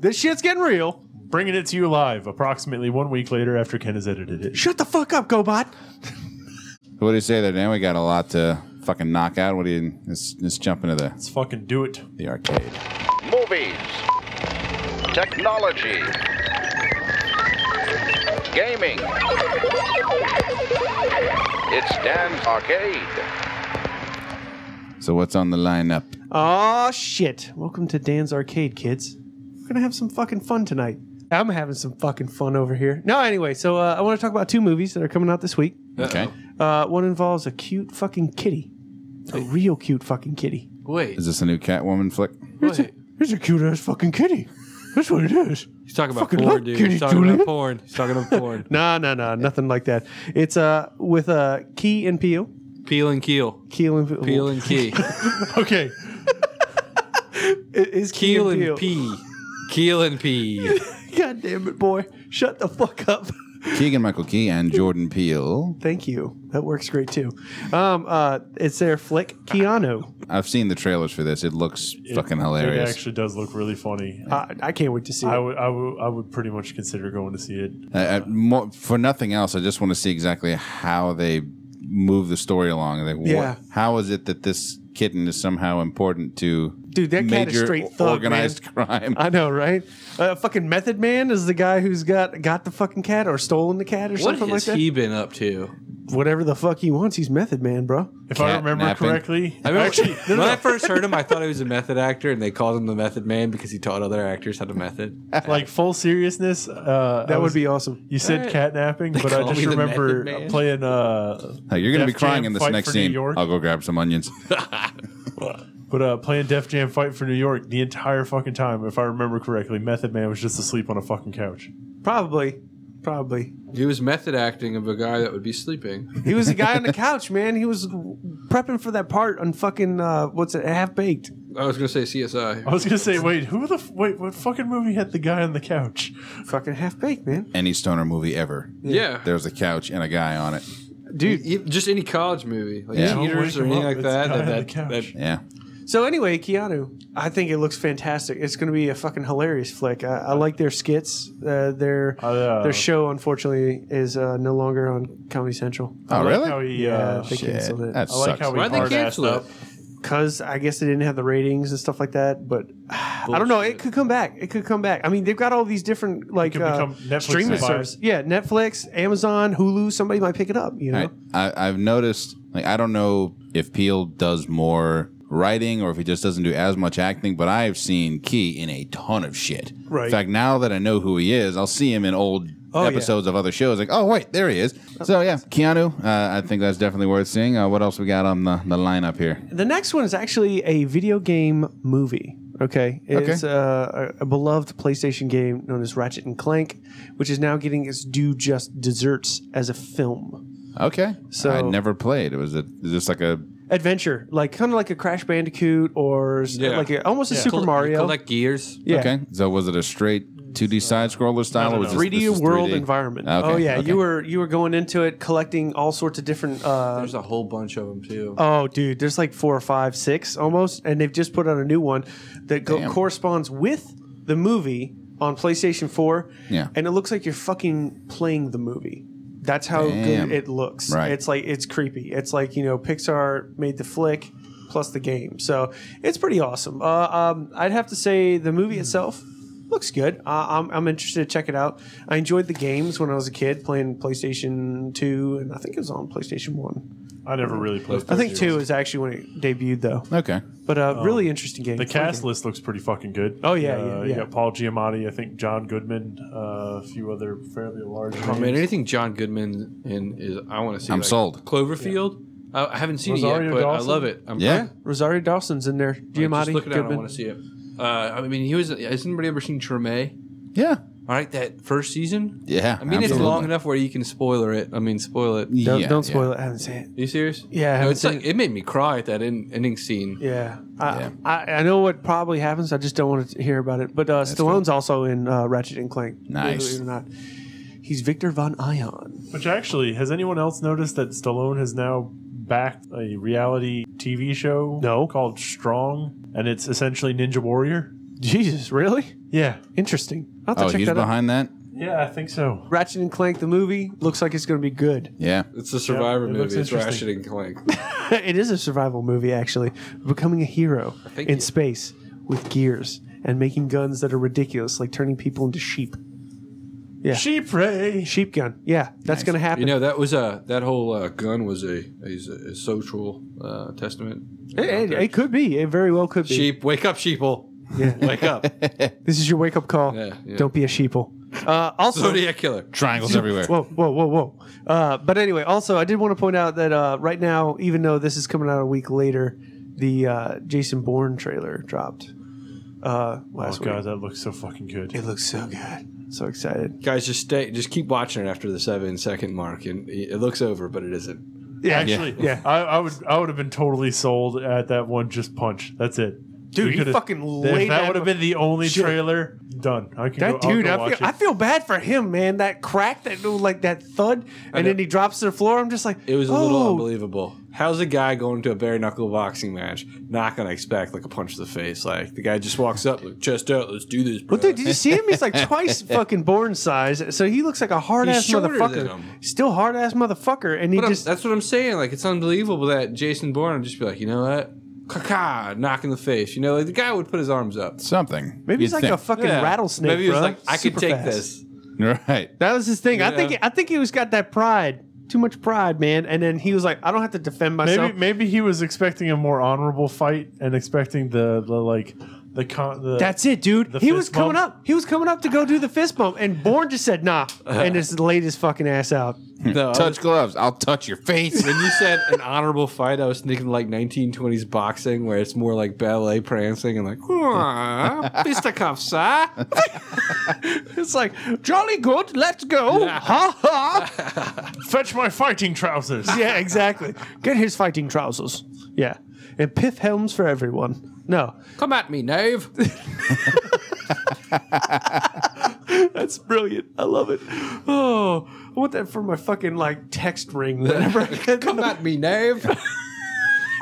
[SPEAKER 5] This shit's getting real.
[SPEAKER 2] bringing it to you live approximately one week later after Ken has edited it.
[SPEAKER 5] Shut the fuck up, Gobot.
[SPEAKER 3] What do you say there, Dan? We got a lot to fucking knock out. What do you? Let's, let's jump into the
[SPEAKER 2] Let's fucking do it.
[SPEAKER 3] the arcade.
[SPEAKER 8] movies, technology, gaming. It's Dan's Arcade.
[SPEAKER 3] So what's on the lineup?
[SPEAKER 5] Aw, shit. Welcome to Dan's Arcade, kids. We're going to have some fucking fun tonight. I'm having some fucking fun over here. No, anyway, so uh, I want to talk about two movies that are coming out this week.
[SPEAKER 3] Okay.
[SPEAKER 5] Uh, one involves a cute fucking kitty. A real cute fucking kitty.
[SPEAKER 4] Wait,
[SPEAKER 3] Is this a new Catwoman flick?
[SPEAKER 5] Here's a, here's a cute ass fucking kitty. That's what it is.
[SPEAKER 4] he's talking about
[SPEAKER 5] Fucking
[SPEAKER 4] porn,
[SPEAKER 5] love
[SPEAKER 4] dude.
[SPEAKER 5] kitty,
[SPEAKER 4] He's talking about
[SPEAKER 5] Julian.
[SPEAKER 4] porn. He's talking about
[SPEAKER 5] (laughs)
[SPEAKER 4] porn.
[SPEAKER 5] No, no, no, nothing like that. It's uh with uh, Key and Peel.
[SPEAKER 4] Peel and keel.
[SPEAKER 5] Keel and Peel. (laughs)
[SPEAKER 4] Peel and key.
[SPEAKER 2] Okay.
[SPEAKER 5] It is Key
[SPEAKER 4] Keel
[SPEAKER 5] and Peel.
[SPEAKER 4] and pee. Keel and pee.
[SPEAKER 5] God damn it, boy! Shut the fuck up.
[SPEAKER 3] Keegan Michael Key and Jordan Peele.
[SPEAKER 5] Thank you. That works great too. Um, uh, it's their flick Keanu.
[SPEAKER 3] I've seen the trailers for this. It looks fucking hilarious.
[SPEAKER 2] It actually does look really funny.
[SPEAKER 5] Uh, I can't wait to see
[SPEAKER 2] I
[SPEAKER 5] it.
[SPEAKER 2] would, I would, I would pretty much consider going to see it.
[SPEAKER 3] I, I, more, for nothing else, I just want to see exactly how they move the story along. Like,
[SPEAKER 5] Yeah.
[SPEAKER 3] what, how is it that this kitten is somehow important to
[SPEAKER 5] Dude, that cat is
[SPEAKER 3] major
[SPEAKER 5] straight thug, man. (laughs)
[SPEAKER 3] organized crime? (laughs)
[SPEAKER 5] I know, right? Uh, fucking Method Man is the guy who's got got the fucking cat or stolen the cat or
[SPEAKER 4] What
[SPEAKER 5] something like
[SPEAKER 4] has
[SPEAKER 5] that.
[SPEAKER 4] he been up to?
[SPEAKER 5] Whatever the fuck he wants, he's Method Man, bro.
[SPEAKER 2] If I
[SPEAKER 3] Cat
[SPEAKER 2] remember
[SPEAKER 3] napping.
[SPEAKER 2] correctly,
[SPEAKER 4] I remember (laughs)
[SPEAKER 2] actually,
[SPEAKER 4] when I first heard him, I thought he was a method actor, and they called him the Method Man because he taught other actors how to method.
[SPEAKER 2] like full seriousness, uh, I
[SPEAKER 5] That
[SPEAKER 2] was-
[SPEAKER 5] would be awesome.
[SPEAKER 2] You said catnapping, but I
[SPEAKER 4] call
[SPEAKER 2] just
[SPEAKER 4] me the
[SPEAKER 2] remember
[SPEAKER 4] Method Man.
[SPEAKER 2] playing. Uh,
[SPEAKER 3] Hey, you're gonna
[SPEAKER 2] Def
[SPEAKER 3] be crying
[SPEAKER 2] Jam
[SPEAKER 3] in this
[SPEAKER 2] Fight
[SPEAKER 3] next
[SPEAKER 2] for New
[SPEAKER 3] scene.
[SPEAKER 2] York.
[SPEAKER 3] I'll go grab some onions.
[SPEAKER 2] But uh, playing Def Jam Fight for New York the entire fucking time, if I remember correctly, Method Man was just asleep on a fucking couch.
[SPEAKER 5] Probably. Probably.
[SPEAKER 4] He was method acting of a guy that would be sleeping.
[SPEAKER 5] He was the guy on the couch, man. He was prepping for that part on fucking uh, what's it, half baked.
[SPEAKER 4] I was gonna say CSI.
[SPEAKER 2] I was gonna say, wait, who the f- wait? What fucking movie had the guy on the couch?
[SPEAKER 5] Fucking half baked, man.
[SPEAKER 3] Any stoner movie ever.
[SPEAKER 4] yeah,
[SPEAKER 3] There's a couch and a guy on it.
[SPEAKER 4] dude. just any college movie, like
[SPEAKER 3] Yeah.
[SPEAKER 4] Cheaters or
[SPEAKER 2] Don't wake
[SPEAKER 4] anything
[SPEAKER 2] him
[SPEAKER 4] like
[SPEAKER 2] up,
[SPEAKER 4] that.
[SPEAKER 2] it's
[SPEAKER 4] that,
[SPEAKER 2] guy on
[SPEAKER 4] that,
[SPEAKER 2] the couch.
[SPEAKER 4] that-
[SPEAKER 3] Yeah.
[SPEAKER 5] So anyway, Keanu, I think it looks fantastic. It's going to be a fucking hilarious flick. I, I like their skits. Uh, their
[SPEAKER 2] uh,
[SPEAKER 5] their show, unfortunately, is uh, no longer on Comedy Central
[SPEAKER 3] Oh,
[SPEAKER 2] Like how
[SPEAKER 3] really?
[SPEAKER 2] he,
[SPEAKER 5] Yeah,
[SPEAKER 2] uh,
[SPEAKER 5] they
[SPEAKER 3] Shit,
[SPEAKER 5] canceled it.
[SPEAKER 3] That
[SPEAKER 2] I like
[SPEAKER 3] sucks.
[SPEAKER 2] how he
[SPEAKER 4] Why'd they
[SPEAKER 2] hard-assed
[SPEAKER 4] cancel
[SPEAKER 2] up.
[SPEAKER 4] it?
[SPEAKER 5] because I guess they didn't have the ratings and stuff like that. But (sighs) I don't know. It could come back. It could come back. I mean, they've got all these different like
[SPEAKER 2] could
[SPEAKER 5] uh,
[SPEAKER 2] become Netflix
[SPEAKER 5] streaming
[SPEAKER 2] buy it.
[SPEAKER 5] services. Yeah, Netflix, Amazon, Hulu. Somebody might pick it up. You know.
[SPEAKER 3] Right. I, I've noticed, like, I don't know if Peel does more writing or if he just doesn't do as much acting, but I've seen Key in a ton of shit.
[SPEAKER 5] Right. Oh,
[SPEAKER 3] In fact, now that I know who he is, I'll see him in old
[SPEAKER 5] yeah.
[SPEAKER 3] episodes of other shows. Like, oh, wait, there he is. So, yeah, Keanu, uh, I think that's definitely worth seeing. Uh, what else we got on the, the lineup here?
[SPEAKER 5] The next one is actually a video game movie. Okay, it's Uh, a, a beloved PlayStation game known as Ratchet and Clank, which is now getting its due just desserts as a film
[SPEAKER 3] Okay.
[SPEAKER 5] So-
[SPEAKER 3] I never played. It was, a, it was just like a.
[SPEAKER 5] adventure, like kind of like a Crash Bandicoot or s-
[SPEAKER 4] Yeah.
[SPEAKER 5] like a, almost a Super
[SPEAKER 4] Col-
[SPEAKER 5] Mario.
[SPEAKER 4] collect gears.
[SPEAKER 5] yeah.
[SPEAKER 3] Okay. So, was it a straight 2D side scroller style? or was this-
[SPEAKER 5] 3D
[SPEAKER 3] this is
[SPEAKER 5] world
[SPEAKER 3] 3D?
[SPEAKER 5] environment.
[SPEAKER 3] Okay,
[SPEAKER 5] oh yeah,
[SPEAKER 3] okay.
[SPEAKER 5] you were you were going into it collecting all sorts of different. Uh,
[SPEAKER 4] There's a whole bunch of them too.
[SPEAKER 2] uh,
[SPEAKER 5] oh dude, there's like four or five, six almost, and they've just put out a new one that go-
[SPEAKER 3] Damn.
[SPEAKER 5] corresponds with the movie on PlayStation Four.
[SPEAKER 3] Yeah.
[SPEAKER 5] and it looks like you're fucking playing the movie. That's how
[SPEAKER 3] Damn.
[SPEAKER 5] good it looks.
[SPEAKER 3] Right.
[SPEAKER 5] It's like it's creepy. It's like you know Pixar made the flick plus the game, so it's pretty awesome. Uh, um, I'd have to say the movie itself looks good. Uh, I'm, I'm interested to check it out. I enjoyed the games when I was a kid playing PlayStation Two, and I think it was on PlayStation One.
[SPEAKER 2] I never really played.
[SPEAKER 5] I think Two is actually when it debuted though.
[SPEAKER 3] Okay.
[SPEAKER 5] But uh,
[SPEAKER 4] Oh.
[SPEAKER 5] really interesting game.
[SPEAKER 2] The cast list looks pretty fucking good.
[SPEAKER 5] Oh,
[SPEAKER 2] Uh,
[SPEAKER 5] yeah, yeah,
[SPEAKER 2] You
[SPEAKER 5] yeah.
[SPEAKER 2] got Paul Giamatti, I think John Goodman, uh, a few other fairly large.
[SPEAKER 4] I mean,
[SPEAKER 2] names.
[SPEAKER 4] anything John Goodman in is I want to see.
[SPEAKER 3] I'm
[SPEAKER 4] like,
[SPEAKER 3] sold.
[SPEAKER 4] Cloverfield. I, I haven't seen it
[SPEAKER 2] Rosario
[SPEAKER 4] yet, but
[SPEAKER 2] Dawson?
[SPEAKER 4] I love it. I'm
[SPEAKER 3] Yeah.
[SPEAKER 5] Rosario Dawson's in there.
[SPEAKER 4] Like,
[SPEAKER 5] Giamatti
[SPEAKER 4] just looking at it, I
[SPEAKER 5] Goodman.
[SPEAKER 4] want to see it. Uh, I mean, he was. Has anybody ever seen Treme?
[SPEAKER 3] Yeah.
[SPEAKER 4] All right, that first season.
[SPEAKER 3] Yeah.
[SPEAKER 4] I mean, it's
[SPEAKER 3] absolutely.
[SPEAKER 4] long enough where you can spoiler it. I mean, spoil it.
[SPEAKER 5] Don't,
[SPEAKER 3] Yeah,
[SPEAKER 5] don't
[SPEAKER 3] yeah.
[SPEAKER 5] spoil it. I haven't seen it.
[SPEAKER 4] you serious?
[SPEAKER 5] Yeah, I
[SPEAKER 4] No,
[SPEAKER 5] haven't
[SPEAKER 4] it's
[SPEAKER 5] seen
[SPEAKER 4] like it made me cry at that in, ending scene.
[SPEAKER 5] Yeah, I,
[SPEAKER 3] Yeah.
[SPEAKER 5] I, I know what probably happens. I just don't want to hear about it. But uh, Stallone's also in uh, Ratchet and Clank.
[SPEAKER 3] Nice.
[SPEAKER 5] Believe it or not. He's Victor Von Ion.
[SPEAKER 2] Which actually, has anyone else noticed that Stallone has now backed a reality TV show?
[SPEAKER 5] No.
[SPEAKER 2] Called Strong, and it's essentially Ninja Warrior.
[SPEAKER 5] Jesus, really?
[SPEAKER 2] Yeah.
[SPEAKER 5] Interesting. I'll have to
[SPEAKER 3] Oh,
[SPEAKER 5] check
[SPEAKER 3] he's
[SPEAKER 5] that out.
[SPEAKER 3] behind that?
[SPEAKER 2] Yeah, I think so.
[SPEAKER 5] Ratchet and Clank, the movie, looks like it's going to be good.
[SPEAKER 3] Yeah.
[SPEAKER 4] It's a survivor
[SPEAKER 2] it looks
[SPEAKER 4] movie. It's Ratchet
[SPEAKER 2] interesting.
[SPEAKER 4] and Clank.
[SPEAKER 5] (laughs) it is a survival movie, actually. Becoming a hero
[SPEAKER 4] Thank
[SPEAKER 5] in
[SPEAKER 4] you.
[SPEAKER 5] space with gears and making guns that are ridiculous, like turning people into sheep. Yeah.
[SPEAKER 2] She pray.
[SPEAKER 5] Sheep gun. Yeah, that's going to happen.
[SPEAKER 4] you know that was a that whole uh, gun was a a, a social uh, testament.
[SPEAKER 5] it, it- it could be. It very well could be.
[SPEAKER 4] Sheep, wake up, sheeple.
[SPEAKER 5] Yeah. (laughs)
[SPEAKER 4] Wake up.
[SPEAKER 5] This is your wake up call.
[SPEAKER 4] Yeah, yeah.
[SPEAKER 5] Don't be a sheeple. Uh, also,
[SPEAKER 4] Zodiac killer.
[SPEAKER 3] Triangles everywhere.
[SPEAKER 5] whoa, whoa, whoa, whoa. Uh, but anyway, also, I did want to point out that uh, right now, even though this is coming out a week later, the uh, Jason Bourne trailer dropped uh,
[SPEAKER 2] Oh,
[SPEAKER 5] last week.
[SPEAKER 2] God, that looks so fucking good.
[SPEAKER 5] It looks so good. So excited.
[SPEAKER 4] Guys, just stay. Just keep watching it after the seven second mark, and it looks over, but it isn't.
[SPEAKER 5] Yeah,
[SPEAKER 2] Actually,
[SPEAKER 5] Yeah.
[SPEAKER 2] I, I would I would have been totally sold at that one just punch. That's it.
[SPEAKER 5] Dude,
[SPEAKER 2] You
[SPEAKER 5] he
[SPEAKER 2] could've-
[SPEAKER 5] fucking
[SPEAKER 2] if
[SPEAKER 5] laid
[SPEAKER 2] that
[SPEAKER 5] that
[SPEAKER 2] would have
[SPEAKER 5] one-
[SPEAKER 2] been the only
[SPEAKER 5] Shit.
[SPEAKER 2] trailer, done. I can
[SPEAKER 5] That
[SPEAKER 2] go, I'll
[SPEAKER 5] dude,
[SPEAKER 2] go
[SPEAKER 5] I
[SPEAKER 2] watch it.
[SPEAKER 5] feel, I feel bad for him, man. That crack, that little, like that thud, and then he drops to the floor. I'm just like,
[SPEAKER 4] It was a
[SPEAKER 5] oh.
[SPEAKER 4] little unbelievable. How's a guy going to a bare knuckle boxing match not going to expect like a punch to the face? Like the guy just walks up, like, chest out, let's do this. Bro.
[SPEAKER 5] But dude, did you see him? He's
[SPEAKER 4] (laughs)
[SPEAKER 5] like twice fucking born size, so he looks like a hard ass
[SPEAKER 4] shorter than
[SPEAKER 5] motherfucker.
[SPEAKER 4] him.
[SPEAKER 5] Still hard ass motherfucker, and he
[SPEAKER 4] But I'm-
[SPEAKER 5] just
[SPEAKER 4] that's what I'm saying. Like it's unbelievable that Jason Bourne would just be like, you know what, Ka-ka, knock in the face. You know, like the guy would put his arms up.
[SPEAKER 3] Something.
[SPEAKER 5] maybe he's
[SPEAKER 3] you'd
[SPEAKER 5] like a fucking
[SPEAKER 4] Yeah.
[SPEAKER 5] rattlesnake.
[SPEAKER 4] Maybe he was
[SPEAKER 5] bro.
[SPEAKER 4] like, I could
[SPEAKER 5] Super
[SPEAKER 4] take
[SPEAKER 5] fast.
[SPEAKER 4] this.
[SPEAKER 3] think. (laughs) Right.
[SPEAKER 5] That was his thing. I think
[SPEAKER 4] Yeah.
[SPEAKER 5] I think he was got that pride, too much pride, man. And then he was like, I don't have to defend
[SPEAKER 2] Maybe
[SPEAKER 5] myself.
[SPEAKER 2] maybe he was expecting a more honorable fight and expecting the, the like the con the
[SPEAKER 5] That's it, dude.
[SPEAKER 2] The
[SPEAKER 5] He was
[SPEAKER 2] fist
[SPEAKER 5] coming
[SPEAKER 2] bump?
[SPEAKER 5] up. He was coming up to go do the fist bump, and Bourne just said,
[SPEAKER 4] (laughs)
[SPEAKER 5] "Nah," and just laid his fucking ass out.
[SPEAKER 4] No, I
[SPEAKER 3] Touch gloves. I'll touch
[SPEAKER 5] (laughs)
[SPEAKER 3] your face.
[SPEAKER 4] When you said an honorable fight, I was thinking like 1920s boxing, where it's more like ballet prancing and like, "Huh, fisticuffs, huh?
[SPEAKER 5] It's like jolly good. Let's go. Ha ha.
[SPEAKER 2] Fetch my fighting trousers.
[SPEAKER 5] Yeah, exactly. Get his fighting trousers. Yeah, and pith helms for everyone. No,
[SPEAKER 4] Come at me, knave.
[SPEAKER 5] that's brilliant. I love it. Oh, I want that for my fucking like text ring. Whenever I get
[SPEAKER 4] Come at me, (laughs) knave.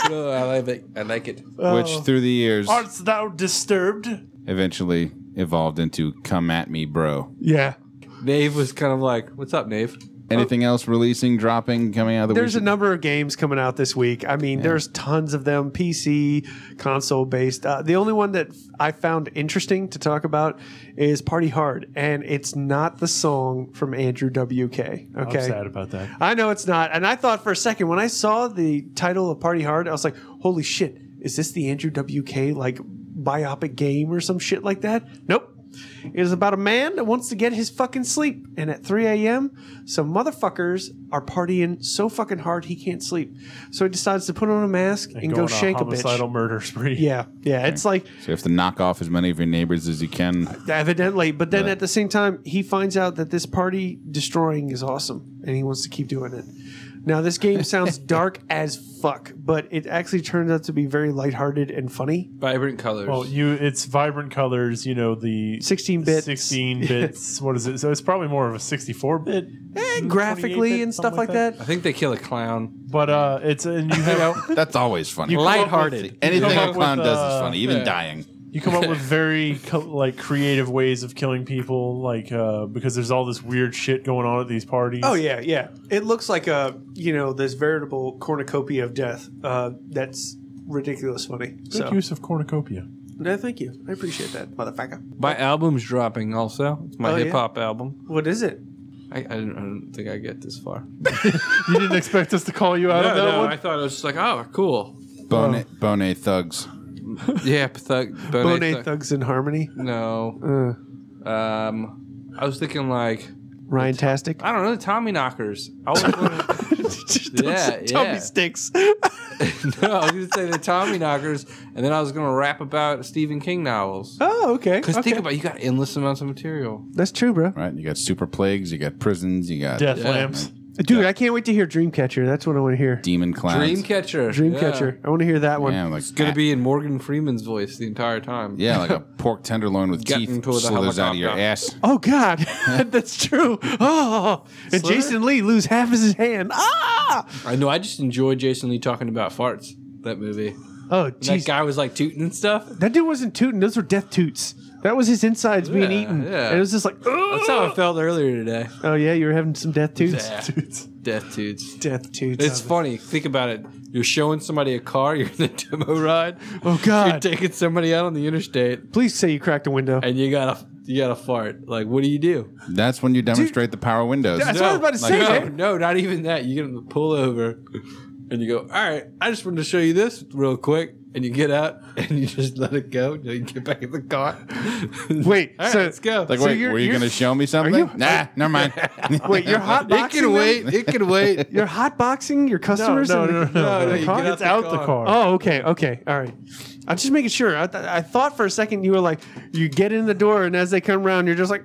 [SPEAKER 4] oh, I like it. I like it.
[SPEAKER 3] Which
[SPEAKER 5] Oh.
[SPEAKER 3] through the years
[SPEAKER 2] Art thou disturbed?
[SPEAKER 3] eventually evolved into come at me, bro.
[SPEAKER 5] yeah.
[SPEAKER 4] Knave was kind of like, "What's up, knave?"
[SPEAKER 3] Anything else releasing, dropping, coming out of the
[SPEAKER 5] There's a
[SPEAKER 3] week?
[SPEAKER 5] number of games coming out this week. I mean, there's tons of them, PC, console based. Uh, the only one that I found interesting to talk about is Party Hard, and it's not the song from Andrew WK. Okay,
[SPEAKER 2] I'm sad about that.
[SPEAKER 5] I know it's not. And I thought for a second when I saw the title of Party Hard, I was like, holy shit, is this the Andrew WK like biopic game or some shit like that? Nope. It is about a man that wants to get his fucking sleep. And at 3 a.m., some motherfuckers are partying so fucking hard he can't sleep. So he decides to put on a mask and,
[SPEAKER 2] And
[SPEAKER 5] go
[SPEAKER 2] on
[SPEAKER 5] shank
[SPEAKER 2] a
[SPEAKER 5] a
[SPEAKER 2] homicidal
[SPEAKER 5] bitch.
[SPEAKER 2] murder spree.
[SPEAKER 5] Yeah, yeah. It's like
[SPEAKER 3] So you have to knock off as many of your neighbors as you can.
[SPEAKER 5] evidently, but then at the same time, he finds out that this party destroying is awesome, and he wants to keep doing it. Now, this (laughs) game sounds dark as fuck, but it actually turns out to be very lighthearted and funny.
[SPEAKER 4] Vibrant colors.
[SPEAKER 2] Well, Oh, you it's vibrant colors. You know the
[SPEAKER 5] 16 bits. (laughs)
[SPEAKER 2] 16 bits. what is it? So it's probably more of a 64 bit.
[SPEAKER 5] Eh, graphically
[SPEAKER 2] 28
[SPEAKER 5] and
[SPEAKER 2] bit,
[SPEAKER 5] stuff
[SPEAKER 2] something
[SPEAKER 5] like that.
[SPEAKER 4] I think they kill a clown.
[SPEAKER 2] But uh, it's and you
[SPEAKER 3] (laughs)
[SPEAKER 2] have
[SPEAKER 3] That's always funny.
[SPEAKER 4] Lighthearted.
[SPEAKER 3] Anything
[SPEAKER 2] Come up
[SPEAKER 3] a
[SPEAKER 2] with,
[SPEAKER 3] clown does is
[SPEAKER 2] uh,
[SPEAKER 3] funny, even
[SPEAKER 4] yeah.
[SPEAKER 3] dying.
[SPEAKER 2] you come up
[SPEAKER 3] (laughs)
[SPEAKER 2] with very co- like creative ways of killing people, like uh, because there's all this weird shit going on at these parties.
[SPEAKER 5] Oh yeah, yeah. It looks like a you know this veritable cornucopia of death. Uh, that's ridiculous funny.
[SPEAKER 2] Good
[SPEAKER 5] So
[SPEAKER 2] use of cornucopia.
[SPEAKER 5] no, thank you. I appreciate that, motherfucker.
[SPEAKER 4] My album's dropping also. It's my
[SPEAKER 5] Oh, yeah?
[SPEAKER 4] hip hop album.
[SPEAKER 5] What is it?
[SPEAKER 4] I, I, didn't, I don't think I get this far.
[SPEAKER 2] You didn't expect us to call you out
[SPEAKER 4] No,
[SPEAKER 2] of that
[SPEAKER 4] no,
[SPEAKER 2] one.
[SPEAKER 4] I thought it was just like, oh, cool.
[SPEAKER 5] Oh.
[SPEAKER 3] Bone, bone thugs.
[SPEAKER 4] Yeah, Thug. Bonet
[SPEAKER 5] Bonet
[SPEAKER 4] Thug.
[SPEAKER 5] Thugs in Harmony.
[SPEAKER 4] No. Uh. Um, I was thinking like,
[SPEAKER 5] Ryan (laughs) Tastic.
[SPEAKER 4] I don't know, the Tommy Knockers. I (laughs) was gonna, yeah, yeah.
[SPEAKER 5] Tommy Sticks.
[SPEAKER 4] no, I was gonna say the Tommy Knockers, and then I was gonna rap about Stephen King novels.
[SPEAKER 5] Oh, okay.
[SPEAKER 4] Because
[SPEAKER 5] okay.
[SPEAKER 4] think about, you got endless amounts of material.
[SPEAKER 5] That's true, bro.
[SPEAKER 3] Right? You got super plagues, you got prisons, you got
[SPEAKER 2] Death
[SPEAKER 4] Yeah.
[SPEAKER 2] lamps.
[SPEAKER 5] (laughs) Dude, I can't wait to hear Dreamcatcher. That's what I want to hear.
[SPEAKER 3] demon clowns.
[SPEAKER 4] Dreamcatcher.
[SPEAKER 5] Dreamcatcher.
[SPEAKER 4] Yeah.
[SPEAKER 5] I want to hear that one.
[SPEAKER 3] Yeah, like
[SPEAKER 4] It's gonna be in Morgan Freeman's voice the entire time.
[SPEAKER 3] Yeah, like a pork tenderloin with
[SPEAKER 4] Get
[SPEAKER 3] teeth
[SPEAKER 4] into the
[SPEAKER 3] slithers out of your ass.
[SPEAKER 5] Oh God, (laughs)
[SPEAKER 4] (laughs)
[SPEAKER 5] that's true. Oh, and
[SPEAKER 4] Slither?
[SPEAKER 5] Jason Lee lose half of his hand. Ah.
[SPEAKER 4] I know. I just enjoy Jason Lee talking about farts. That movie.
[SPEAKER 5] Oh,
[SPEAKER 4] That
[SPEAKER 5] jeez. That,
[SPEAKER 4] guy was like tooting and stuff.
[SPEAKER 5] dude wasn't tooting. Those were death toots. That was his insides being
[SPEAKER 4] Yeah,
[SPEAKER 5] eaten.
[SPEAKER 4] yeah.
[SPEAKER 5] And it was just like,
[SPEAKER 4] That's how I felt earlier today.
[SPEAKER 5] oh yeah, you were having some death toots.
[SPEAKER 4] Yeah. Death toots.
[SPEAKER 5] Death toots.
[SPEAKER 4] It's funny. Think about it. You're showing somebody a car. (laughs) You're in the demo ride.
[SPEAKER 5] Oh, God.
[SPEAKER 4] You're taking somebody out on the interstate,
[SPEAKER 5] Please say you cracked a window.
[SPEAKER 4] and you gotta you gotta fart. Like, what do you do?
[SPEAKER 3] That's when you demonstrate the power windows.
[SPEAKER 5] That's what I was about to say.
[SPEAKER 4] No,
[SPEAKER 5] man.
[SPEAKER 4] no, not even that. You get them to pull over, and you go, "All right, I just wanted to show you this real quick." And you get out, (laughs) and you just let it go. until You get back in the car.
[SPEAKER 5] Wait,
[SPEAKER 4] (laughs) All right,
[SPEAKER 5] so-
[SPEAKER 4] let's go.
[SPEAKER 3] Like,
[SPEAKER 5] So
[SPEAKER 3] wait,
[SPEAKER 5] you're-
[SPEAKER 3] were you
[SPEAKER 5] you're-
[SPEAKER 3] going to show me something?
[SPEAKER 5] you-
[SPEAKER 3] nah, never mind.
[SPEAKER 5] (laughs) Wait, you're hot
[SPEAKER 4] it
[SPEAKER 5] boxing.
[SPEAKER 4] can
[SPEAKER 5] them?
[SPEAKER 4] wait. It can (laughs) wait.
[SPEAKER 5] You're hot boxing your
[SPEAKER 2] No,
[SPEAKER 5] customers.
[SPEAKER 2] no,
[SPEAKER 5] in
[SPEAKER 2] no,
[SPEAKER 5] the-
[SPEAKER 2] no, no,
[SPEAKER 4] no,
[SPEAKER 2] no.
[SPEAKER 4] you get out
[SPEAKER 2] It's
[SPEAKER 4] the
[SPEAKER 2] out
[SPEAKER 4] car.
[SPEAKER 2] the car.
[SPEAKER 5] Oh, okay, okay, all right. I'm just making sure. I, th- I thought for a second you were like, you get in the door, and as they come around, you're just like,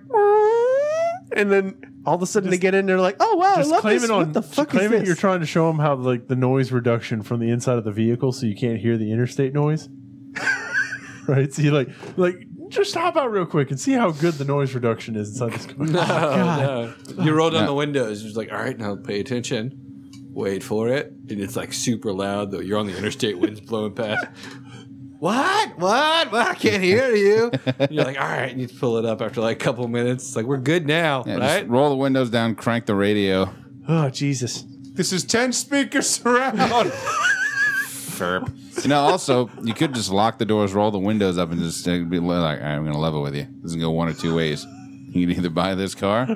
[SPEAKER 5] and then all of a sudden they get in, they're like, oh wow, I
[SPEAKER 2] Just
[SPEAKER 5] love
[SPEAKER 2] claim
[SPEAKER 5] this.
[SPEAKER 2] it on.
[SPEAKER 5] what the fuck
[SPEAKER 2] claim
[SPEAKER 5] is
[SPEAKER 2] it.
[SPEAKER 5] this?
[SPEAKER 2] You're trying to show them how like the noise reduction from (laughs) the inside of the vehicle, so you can't hear the interstate noise. right. So you like like Just hop out real quick and see how good the noise reduction is inside this car.
[SPEAKER 4] Oh, no. You roll down the windows. It's like, all right, now pay attention. Wait for it. And it's like super loud, though. You're on the interstate, winds blowing past. (laughs) What? What? What? I can't hear you. And you're like, all right, and you pull it up after like a couple minutes. It's like, we're good now,
[SPEAKER 3] (laughs) Yeah, just
[SPEAKER 4] right?
[SPEAKER 3] roll the windows down, crank the radio.
[SPEAKER 5] Oh Jesus!
[SPEAKER 3] This is 10 speakers (laughs) surround. You know, also, you could just lock the doors, roll the windows up, and just uh, be like, "All right, I'm going to level with you. This is going to go one or two ways. You can either buy
[SPEAKER 5] (laughs)
[SPEAKER 3] this car,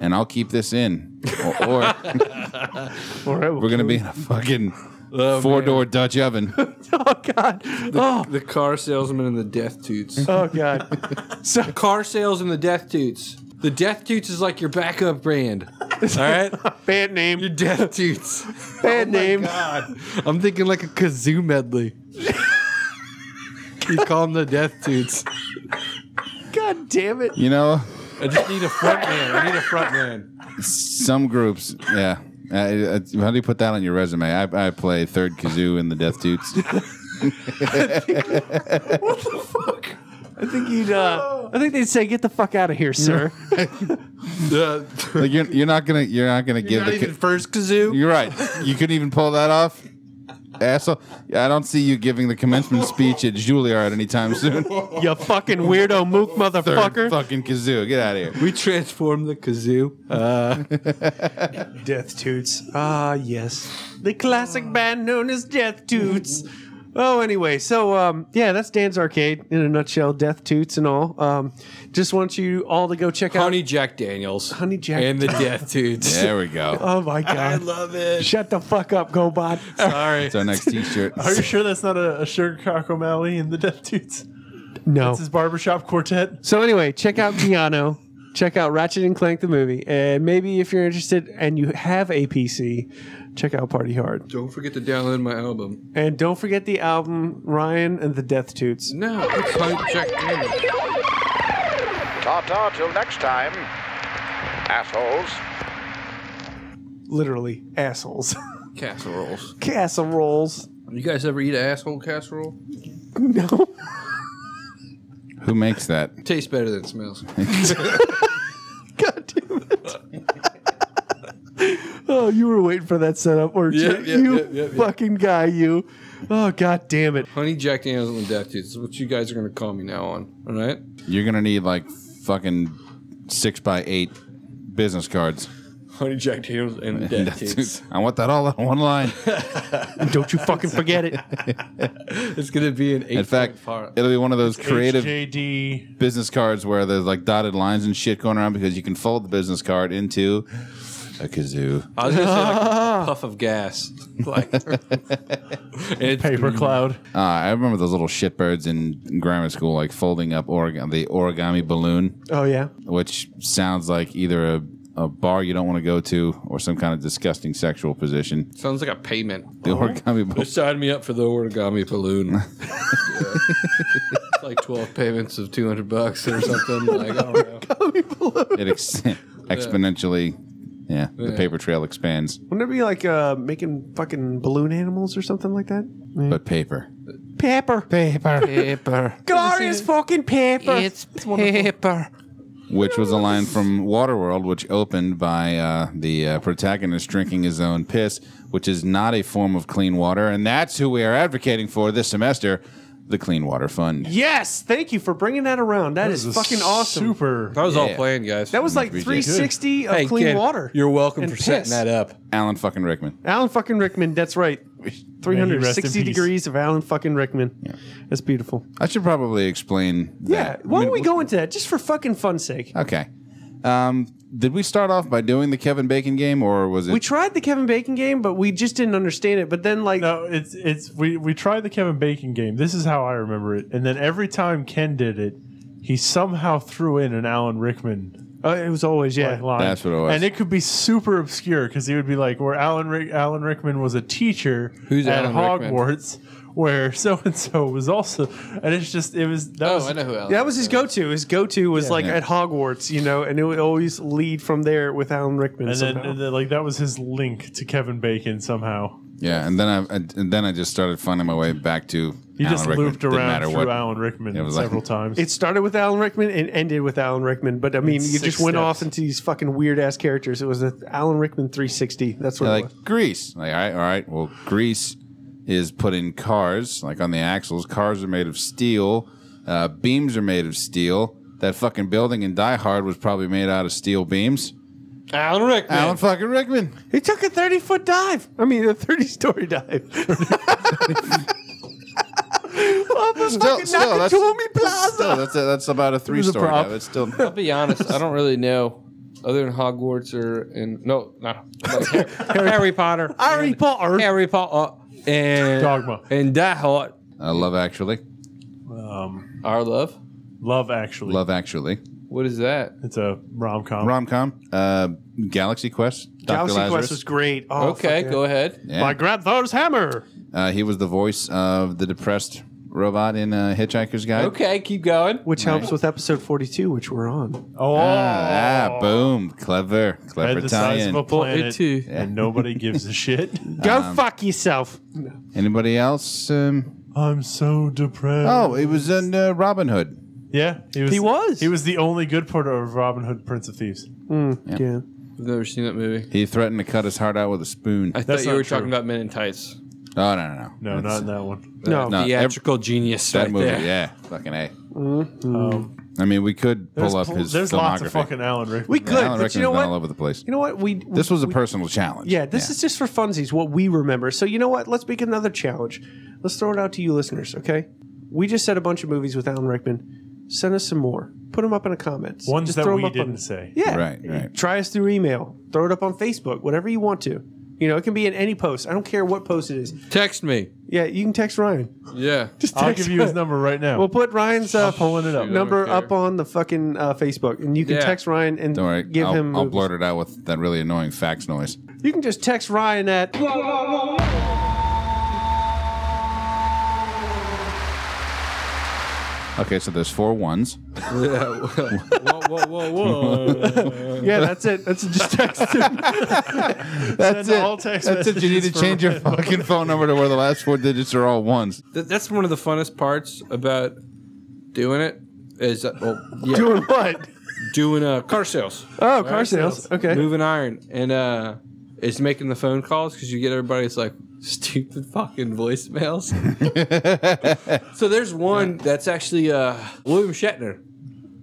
[SPEAKER 3] and I'll keep this in, or, or
[SPEAKER 5] All right,
[SPEAKER 3] we're going to be in a fucking four door Dutch oven.
[SPEAKER 5] (laughs) Oh God! Oh,
[SPEAKER 4] The car salesman and the death toots. (laughs)
[SPEAKER 5] oh God!
[SPEAKER 4] The car sales and the death toots. The death toots is like your backup
[SPEAKER 5] (laughs)
[SPEAKER 4] brand. All right?
[SPEAKER 5] Bad name.
[SPEAKER 4] Your death toots.
[SPEAKER 5] Bad name.
[SPEAKER 4] I'm thinking like a kazoo medley. you call them the death toots.
[SPEAKER 5] God damn it!
[SPEAKER 3] You know,
[SPEAKER 4] I just need a front man. I need a front man.
[SPEAKER 3] some groups, yeah. Uh, uh, how do you put that on your resume? I, I play third kazoo in the Death Toots.
[SPEAKER 5] I think you'd. Uh, I think they'd say, "Get the fuck out of here, sir." (laughs)
[SPEAKER 3] like you're, you're not gonna you're not gonna give the ki-
[SPEAKER 4] first kazoo.
[SPEAKER 3] You're right. You couldn't even pull that off, asshole. I don't see you giving the commencement speech at Juilliard anytime soon.
[SPEAKER 5] you fucking weirdo mook
[SPEAKER 3] Third
[SPEAKER 5] motherfucker.
[SPEAKER 3] fucking kazoo. Get out of here.
[SPEAKER 4] We transformed the kazoo.
[SPEAKER 5] Death Toots. Ah, yes. The classic band known as Death Toots. Oh, anyway, so um, yeah, that's Dan's Arcade in a nutshell. Death Toots and all. Um, just want you all to go check
[SPEAKER 4] Honey
[SPEAKER 5] out.
[SPEAKER 4] Jack Daniels.
[SPEAKER 5] Honey Jack-
[SPEAKER 4] And the death toots.
[SPEAKER 3] There we go.
[SPEAKER 5] Oh my God! I (laughs) love it. Shut the fuck up, (laughs) GoBot.
[SPEAKER 4] Sorry.
[SPEAKER 3] So next T-shirt.
[SPEAKER 2] Are you sure that's not a, a Sugarcock O'Malley and the Death Toots?
[SPEAKER 5] No.
[SPEAKER 2] It's his barbershop quartet.
[SPEAKER 5] So anyway, check out Keanu. check out Ratchet and Clank the movie, and maybe if you're interested and you have a PC, check out Party Hard.
[SPEAKER 4] Don't forget to download my album.
[SPEAKER 5] And don't forget the album Ryan and the Death Toots.
[SPEAKER 4] No, it's Honey Jack Daniels.
[SPEAKER 8] Ta ta till next time, assholes.
[SPEAKER 5] Literally assholes. (laughs)
[SPEAKER 4] Casseroles.
[SPEAKER 5] Casseroles.
[SPEAKER 4] You guys ever eat an asshole casserole?
[SPEAKER 5] No. (laughs)
[SPEAKER 3] Who makes that?
[SPEAKER 4] Tastes better than it smells. (laughs)
[SPEAKER 5] God damn it. (laughs) oh, you were waiting for that setup, weren't
[SPEAKER 4] Yeah,
[SPEAKER 5] you?
[SPEAKER 4] yeah,
[SPEAKER 5] you
[SPEAKER 4] yeah, yeah, yeah.
[SPEAKER 5] fucking guy, you. Oh, god damn it.
[SPEAKER 4] Honey Jack Daniels and the Death Toots is what you guys are going to call me now on. All right?
[SPEAKER 3] You're gonna need like fucking six by eight business cards.
[SPEAKER 4] Honey Jack Daniels
[SPEAKER 3] (laughs)
[SPEAKER 4] and (laughs) the Death Toots.
[SPEAKER 3] I want that all on one line.
[SPEAKER 5] And don't you fucking forget
[SPEAKER 4] (laughs)
[SPEAKER 5] it.
[SPEAKER 4] It's going to be an eight
[SPEAKER 3] In fact,
[SPEAKER 4] part.
[SPEAKER 3] it'll be one of those creative
[SPEAKER 2] JD.
[SPEAKER 3] business cards where there's like dotted lines and shit going around because you can fold the business card into a kazoo.
[SPEAKER 4] I was going to say like a (laughs) puff of gas. (laughs) Like, it's
[SPEAKER 2] Paper Cloud.
[SPEAKER 3] Uh, I remember those little shitbirds in grammar school, like folding up origami, the origami balloon,
[SPEAKER 5] Oh, yeah.
[SPEAKER 3] which sounds like either a, a bar you don't want to go to or some kind of disgusting sexual position.
[SPEAKER 4] Sounds like a payment.
[SPEAKER 3] The origami balloon.
[SPEAKER 4] Sign me up for the origami balloon. (laughs) Yeah. It's like 12 payments of 200 bucks or something. Like, I don't know.
[SPEAKER 3] It ex- exponentially, yeah, the
[SPEAKER 4] Yeah.
[SPEAKER 3] paper trail expands,
[SPEAKER 5] Wouldn't it be like uh, making fucking balloon animals or something like that?
[SPEAKER 3] but paper.
[SPEAKER 5] Paper. Paper.
[SPEAKER 4] Paper.
[SPEAKER 5] (laughs) Glorious fucking paper.
[SPEAKER 4] paper.
[SPEAKER 3] Which was a line from Waterworld, which opened by uh, the uh, protagonist drinking his own piss, which is not a form of clean water. And that's who we are advocating for this semester the Clean Water Fund.
[SPEAKER 5] yes. Thank you for bringing that around. that is,
[SPEAKER 2] This is
[SPEAKER 5] fucking awesome.
[SPEAKER 2] Super.
[SPEAKER 4] That was all
[SPEAKER 3] Yeah.
[SPEAKER 4] planned, guys.
[SPEAKER 5] That was like
[SPEAKER 3] Must be
[SPEAKER 5] 360 of
[SPEAKER 4] Hey,
[SPEAKER 5] clean
[SPEAKER 4] kid,
[SPEAKER 5] water.
[SPEAKER 4] You're welcome
[SPEAKER 5] And
[SPEAKER 4] for setting
[SPEAKER 5] piss.
[SPEAKER 4] that up.
[SPEAKER 3] Alan fucking Rickman.
[SPEAKER 5] Alan fucking Rickman. That's right.
[SPEAKER 2] rest in
[SPEAKER 5] 360
[SPEAKER 2] peace.
[SPEAKER 5] degrees of Alan fucking Rickman. That's beautiful.
[SPEAKER 3] I should probably explain.
[SPEAKER 5] Yeah.
[SPEAKER 3] that.
[SPEAKER 5] Why
[SPEAKER 3] I
[SPEAKER 5] don't
[SPEAKER 3] mean,
[SPEAKER 5] we go into that just for fucking fun's sake?
[SPEAKER 3] Okay. Um, did we start off by doing the Kevin Bacon game, or was it?
[SPEAKER 5] We tried the Kevin Bacon game, but we just didn't understand it. But then, like,
[SPEAKER 2] No, it's it's we we tried the Kevin Bacon game. This is how I remember it. And then every time Ken did it, he somehow threw in an Alan Rickman Oh,
[SPEAKER 5] uh, it was always, yeah.
[SPEAKER 2] like, line.
[SPEAKER 3] That's what it was.
[SPEAKER 2] And it could be super obscure because he would be like, "Where Alan Rick- Alan Rickman was a teacher
[SPEAKER 4] Who's
[SPEAKER 2] at
[SPEAKER 4] Alan Rickman?
[SPEAKER 2] Hogwarts, where (laughs) so and so was also." And it's just it was
[SPEAKER 3] Oh,
[SPEAKER 2] that was
[SPEAKER 4] Oh, who Alan
[SPEAKER 5] that was his go to. His go to was like
[SPEAKER 3] Yeah.
[SPEAKER 5] at Hogwarts, you know, and it would always lead from there with Alan Rickman.
[SPEAKER 2] and then,
[SPEAKER 5] somehow.
[SPEAKER 2] and then like that was his link to Kevin Bacon somehow.
[SPEAKER 3] yeah, and then I and then I just started finding my way back to
[SPEAKER 2] He
[SPEAKER 3] Alan
[SPEAKER 2] just
[SPEAKER 3] Rickman,
[SPEAKER 2] looped
[SPEAKER 3] didn't
[SPEAKER 2] around
[SPEAKER 3] matter
[SPEAKER 2] through
[SPEAKER 3] what.
[SPEAKER 2] Alan Rickman
[SPEAKER 3] It was like-
[SPEAKER 2] several times.
[SPEAKER 5] It started with Alan Rickman and ended with Alan Rickman, but I mean,
[SPEAKER 2] It's
[SPEAKER 5] you
[SPEAKER 2] six
[SPEAKER 5] just went
[SPEAKER 2] steps.
[SPEAKER 5] off into these fucking weird ass characters. It was the Alan Rickman 360. That's what
[SPEAKER 3] Yeah,
[SPEAKER 5] it
[SPEAKER 3] like Greece. Like, all right, all right. Well, Greece is put in cars, like on the axles. Cars are made of steel. Uh, beams are made of steel. That fucking building in Die Hard was probably made out of steel beams.
[SPEAKER 4] Alan Rickman.
[SPEAKER 3] Alan fucking Rickman.
[SPEAKER 5] was. He took a 30 foot dive. I mean, a 30 story dive. (laughs)
[SPEAKER 3] Still, still, that's,
[SPEAKER 5] Nakatomi Plaza.
[SPEAKER 3] still that's, that's about a three story.
[SPEAKER 2] prop.
[SPEAKER 3] That's (laughs) still
[SPEAKER 4] I'll be honest. I don't really know. Other than Hogwarts or in no, not Harry, Harry Potter,
[SPEAKER 5] Harry Potter.
[SPEAKER 4] Harry Potter, and
[SPEAKER 2] Dogma.
[SPEAKER 4] and Die Hard.
[SPEAKER 3] I uh, love actually.
[SPEAKER 4] Our love.
[SPEAKER 2] Love Actually.
[SPEAKER 3] Love actually.
[SPEAKER 4] What is that?
[SPEAKER 2] It's a rom com.
[SPEAKER 3] Rom com. Uh, Galaxy Quest. Dr.
[SPEAKER 5] Galaxy
[SPEAKER 3] Lazarus.
[SPEAKER 5] Quest was great. Oh,
[SPEAKER 4] okay,
[SPEAKER 5] fuck yeah.
[SPEAKER 4] go ahead.
[SPEAKER 3] Yeah.
[SPEAKER 2] My grandfather's hammer.
[SPEAKER 3] Uh, he was the voice of the depressed robot in uh, Hitchhiker's Guide.
[SPEAKER 4] Okay, keep going.
[SPEAKER 5] Which helps with episode 42, which we're on.
[SPEAKER 2] Oh,
[SPEAKER 3] Ah, ah, boom. Clever.
[SPEAKER 2] At
[SPEAKER 3] Clever
[SPEAKER 2] the size
[SPEAKER 3] tie
[SPEAKER 2] of a
[SPEAKER 3] in.
[SPEAKER 2] planet,
[SPEAKER 4] too.
[SPEAKER 2] and nobody gives
[SPEAKER 3] (laughs)
[SPEAKER 2] a shit.
[SPEAKER 5] Go fuck yourself.
[SPEAKER 3] Anybody else? Um,
[SPEAKER 2] I'm so depressed.
[SPEAKER 3] oh, it was in uh, Robin Hood.
[SPEAKER 2] yeah, he was.
[SPEAKER 5] He was.
[SPEAKER 2] He was the only good part of Robin Hood, Prince of Thieves.
[SPEAKER 5] Yeah.
[SPEAKER 4] I've never seen that movie.
[SPEAKER 3] He threatened to cut his heart out with a spoon.
[SPEAKER 4] I
[SPEAKER 2] That's
[SPEAKER 4] thought you
[SPEAKER 2] not
[SPEAKER 4] were
[SPEAKER 2] true.
[SPEAKER 4] talking about Men in Tights.
[SPEAKER 3] oh, no, no, no.
[SPEAKER 2] No,
[SPEAKER 3] That's
[SPEAKER 2] not in that one.
[SPEAKER 5] No.
[SPEAKER 4] Uh,
[SPEAKER 3] No.
[SPEAKER 4] Theatrical genius.
[SPEAKER 3] that
[SPEAKER 4] right
[SPEAKER 3] movie.
[SPEAKER 4] there.
[SPEAKER 3] Yeah, fucking A.
[SPEAKER 2] Um,
[SPEAKER 3] I mean, we could
[SPEAKER 2] there's
[SPEAKER 3] pull up
[SPEAKER 2] pl-
[SPEAKER 3] his
[SPEAKER 2] there's
[SPEAKER 3] filmography.
[SPEAKER 2] lots of fucking Alan Rickman.
[SPEAKER 5] We
[SPEAKER 3] Yeah,
[SPEAKER 5] could,
[SPEAKER 3] Alan
[SPEAKER 5] but you
[SPEAKER 3] Rickman's
[SPEAKER 5] know
[SPEAKER 3] been
[SPEAKER 5] what?
[SPEAKER 3] all over the place.
[SPEAKER 5] You know what? We
[SPEAKER 3] this was a
[SPEAKER 5] we-
[SPEAKER 3] personal challenge.
[SPEAKER 5] Yeah, this is just for funsies, what we remember. So you know what? Let's make another challenge. Let's throw it out to you listeners, okay? We just said a bunch of movies with Alan Rickman. Send us some more. Put them up in the comments.
[SPEAKER 2] Ones
[SPEAKER 5] just
[SPEAKER 2] that
[SPEAKER 5] throw 'em
[SPEAKER 2] we
[SPEAKER 5] up on-
[SPEAKER 2] didn't say.
[SPEAKER 5] (laughs) Yeah.
[SPEAKER 3] Right, right.
[SPEAKER 5] Try us through email. Throw it up on Facebook, whatever you want to. You know, it can be in any post. I don't care what post it is.
[SPEAKER 4] Text me.
[SPEAKER 5] Yeah, you can text Ryan.
[SPEAKER 4] Yeah.
[SPEAKER 5] (laughs) Just
[SPEAKER 2] I'll
[SPEAKER 5] text
[SPEAKER 2] give you his
[SPEAKER 5] Ryan.
[SPEAKER 2] number right now.
[SPEAKER 5] We'll put Ryan's uh,
[SPEAKER 2] pulling it up.
[SPEAKER 5] number
[SPEAKER 4] Shoot, I don't
[SPEAKER 5] up on the fucking uh, Facebook, and you can
[SPEAKER 4] Yeah.
[SPEAKER 5] text Ryan and
[SPEAKER 3] Don't worry.
[SPEAKER 5] give
[SPEAKER 3] I'll,
[SPEAKER 5] him.
[SPEAKER 3] I'll
[SPEAKER 5] movies.
[SPEAKER 3] blurt it out with that really annoying fax noise.
[SPEAKER 5] You can just text Ryan at.
[SPEAKER 3] Okay, so there's four ones.
[SPEAKER 4] whoa, whoa, whoa,
[SPEAKER 5] (laughs)
[SPEAKER 4] whoa.
[SPEAKER 5] Yeah, that's it. That's just text him.
[SPEAKER 2] Send
[SPEAKER 3] That's it.
[SPEAKER 2] all text
[SPEAKER 3] That's it. You need to
[SPEAKER 2] messages for
[SPEAKER 3] change
[SPEAKER 2] (laughs)
[SPEAKER 3] your fucking phone number to where the last four digits are all ones.
[SPEAKER 4] That, that's one of the funnest parts about doing it is that, well, yeah,
[SPEAKER 5] Doing
[SPEAKER 2] (laughs)
[SPEAKER 5] what?
[SPEAKER 4] doing uh, car sales,
[SPEAKER 5] Oh, car sales. Okay.
[SPEAKER 4] moving iron, and uh, it's making the phone calls because you get everybody's like stupid
[SPEAKER 5] (laughs)
[SPEAKER 4] fucking voicemails. so there's one that's actually uh, William Shatner.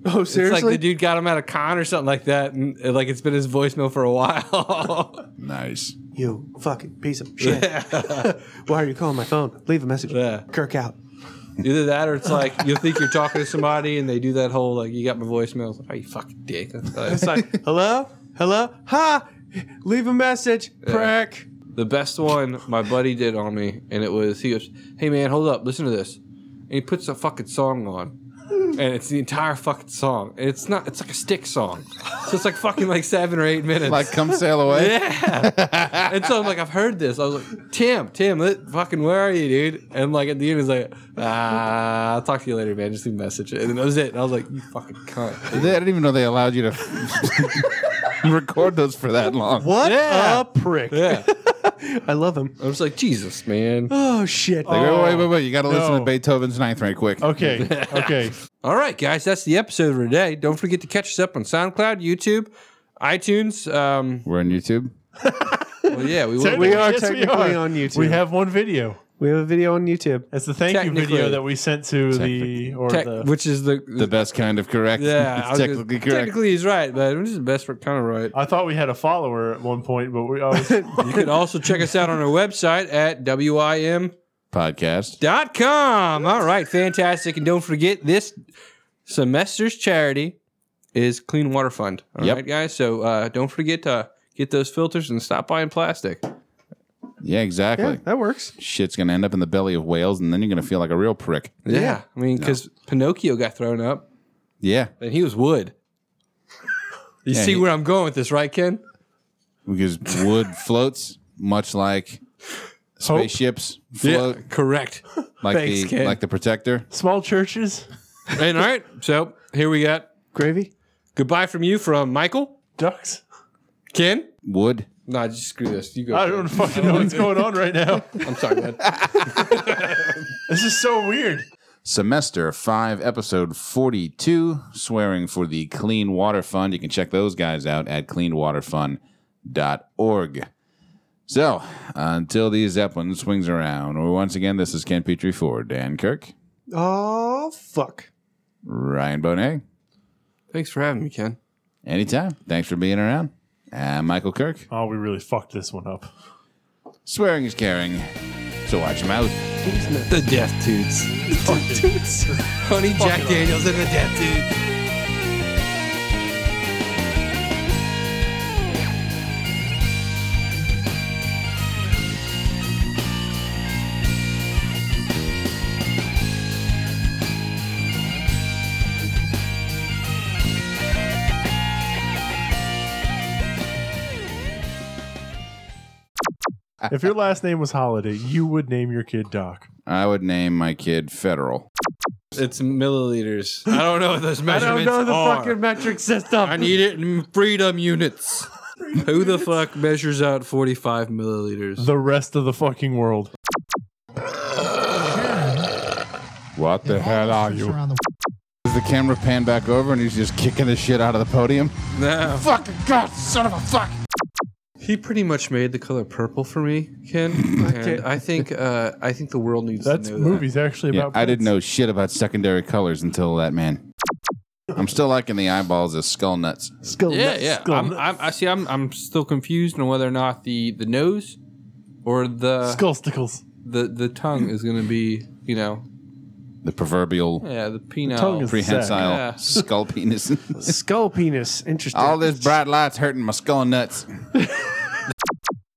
[SPEAKER 5] Oh, seriously?
[SPEAKER 4] It's like the dude got him out of con or something like that, and uh, like it's been his voicemail for a while. (laughs)
[SPEAKER 3] Nice.
[SPEAKER 5] you fucking piece of shit. (laughs) Why are you calling my phone? Leave a message.
[SPEAKER 4] Yeah.
[SPEAKER 5] Kirk out.
[SPEAKER 4] Either that, or it's like you think you're talking to somebody, and they do that whole like you got my voicemail. It's like, oh, you fucking dick. It's like
[SPEAKER 5] Hello? Hello? Ha! Leave a message. Prick.
[SPEAKER 4] The best one my buddy did on me, and it was he goes, "Hey man, hold up, listen to this," and he puts a fucking song on, and it's the entire fucking song, and it's not, it's like a stick song, so it's like fucking like seven or eight minutes.
[SPEAKER 3] Like, come sail away.
[SPEAKER 4] yeah, (laughs) and so I'm like, I've heard this. I was like, Tim, Tim, li- fucking, where are you, dude? And like at the end, he's like, Ah, I'll talk to you later, man. Just leave a message, and then that was it. And I was like, You fucking
[SPEAKER 3] (laughs)
[SPEAKER 4] cunt. dude."
[SPEAKER 3] They- I didn't even know they allowed you to (laughs) record those for that long.
[SPEAKER 5] What
[SPEAKER 4] Yeah.
[SPEAKER 5] a prick.
[SPEAKER 4] Yeah,
[SPEAKER 5] I love him.
[SPEAKER 4] I was like, Jesus, man.
[SPEAKER 5] Oh, shit.
[SPEAKER 3] Like, wait, wait, wait, wait. You got to listen to
[SPEAKER 2] no.
[SPEAKER 3] Beethoven's Ninth right
[SPEAKER 5] (laughs)
[SPEAKER 3] quick.
[SPEAKER 2] okay, okay.
[SPEAKER 4] All right, guys, that's the episode for today. Don't forget to catch us up on SoundCloud, YouTube, iTunes. Um,
[SPEAKER 3] We're on YouTube.
[SPEAKER 4] well, yeah, we will.
[SPEAKER 5] we are
[SPEAKER 2] Yes,
[SPEAKER 5] technically on YouTube.
[SPEAKER 2] We have one video.
[SPEAKER 5] We have a video on YouTube.
[SPEAKER 2] It's the thank you video
[SPEAKER 4] Technically.
[SPEAKER 2] that we sent to the or
[SPEAKER 4] tech-
[SPEAKER 2] the.
[SPEAKER 4] which is the,
[SPEAKER 3] The best kind of correct. (laughs)
[SPEAKER 4] yeah.
[SPEAKER 3] it's
[SPEAKER 4] I was gonna-
[SPEAKER 3] technically correct.
[SPEAKER 4] Technically, he's right, but this is the best for kind of right.
[SPEAKER 3] (laughs)
[SPEAKER 2] I thought we had a follower at one point, but we
[SPEAKER 4] (laughs)
[SPEAKER 2] always
[SPEAKER 4] You can also check us out on our website at wim.com.
[SPEAKER 3] Podcast.
[SPEAKER 4] All right, fantastic, and don't forget this semester's charity is Clean Water Fund. All right,
[SPEAKER 3] Yep.
[SPEAKER 4] guys, so uh, don't forget to get those filters and stop buying plastic.
[SPEAKER 3] Yeah, exactly.
[SPEAKER 5] That works.
[SPEAKER 3] Shit's gonna end up in the belly of whales, and then you're gonna feel like a real prick.
[SPEAKER 4] Yeah, I mean, because Pinocchio got thrown up.
[SPEAKER 3] Yeah,
[SPEAKER 4] And he was wood. You see
[SPEAKER 3] he-
[SPEAKER 4] where I'm going with this, right, Ken?
[SPEAKER 3] because
[SPEAKER 4] (laughs)
[SPEAKER 3] wood floats, much like spaceships float,
[SPEAKER 4] correct.
[SPEAKER 3] like
[SPEAKER 4] Thanks,
[SPEAKER 3] the
[SPEAKER 4] Ken.
[SPEAKER 3] like the protector.
[SPEAKER 2] small churches.
[SPEAKER 4] and all right, so here we got
[SPEAKER 5] Gravy?
[SPEAKER 4] goodbye from you from Michael,
[SPEAKER 2] Ducks.
[SPEAKER 4] Ken.
[SPEAKER 3] Wood.
[SPEAKER 4] Nah, just screw this. You go.
[SPEAKER 2] I don't fucking know what's going on right now.
[SPEAKER 4] I'm sorry, bud.
[SPEAKER 2] (laughs) This is so weird.
[SPEAKER 3] Semester 5, Episode 42, Swearing for the Clean Water Fund. You can check those guys out at cleanwaterfund.org. So, until the Zeppelin swings around, or once again, this is Ken Petrie for Dan Kirk,
[SPEAKER 5] Oh fuck.
[SPEAKER 3] Ryan Bonet.
[SPEAKER 4] Thanks for having me, Ken.
[SPEAKER 3] Anytime. Thanks for being around. And Michael Kirk.
[SPEAKER 2] Oh, we really fucked this one up.
[SPEAKER 3] Swearing is caring, so watch your mouth.
[SPEAKER 4] The Death Toots. Honey Jack Daniels and the Death Toots.
[SPEAKER 2] If your last name was Holiday, you would name your kid Doc.
[SPEAKER 3] I would name my kid Federal.
[SPEAKER 4] It's milliliters. (laughs) I don't know what those measurements are.
[SPEAKER 5] metric system.
[SPEAKER 4] I need it in freedom units. (laughs) Who the fuck measures out 45 (laughs) milliliters?
[SPEAKER 2] The rest of the fucking world.
[SPEAKER 3] What the hell are you?
[SPEAKER 9] around the
[SPEAKER 3] Does the camera pan back over and he's just kicking the shit out of the podium?
[SPEAKER 4] No.
[SPEAKER 3] Fuck, God, son of a fuck!
[SPEAKER 4] He pretty much made the color purple for me, (laughs) Ken. And I think uh, I think the world needs
[SPEAKER 2] That's
[SPEAKER 4] to know
[SPEAKER 2] movies actually
[SPEAKER 3] Yeah,
[SPEAKER 2] about.
[SPEAKER 3] I didn't
[SPEAKER 2] pets.
[SPEAKER 3] know shit about secondary colors until that man. I'm still liking the eyeballs as skull nuts.
[SPEAKER 1] Skull
[SPEAKER 4] that. Yeah, yeah.
[SPEAKER 2] Skull
[SPEAKER 4] I'm, I'm, I see. I'm I'm still confused on whether or not the the nose or the
[SPEAKER 2] Skull stickles.
[SPEAKER 4] the, the tongue is going to be you know
[SPEAKER 3] The proverbial
[SPEAKER 4] yeah the penile.
[SPEAKER 2] tongue is-
[SPEAKER 3] prehensile
[SPEAKER 4] Yeah. (laughs)
[SPEAKER 3] skull penis.
[SPEAKER 5] Skull penis. Interesting.
[SPEAKER 3] (laughs) All this bright light's hurting my skull
[SPEAKER 4] (laughs)
[SPEAKER 3] nuts.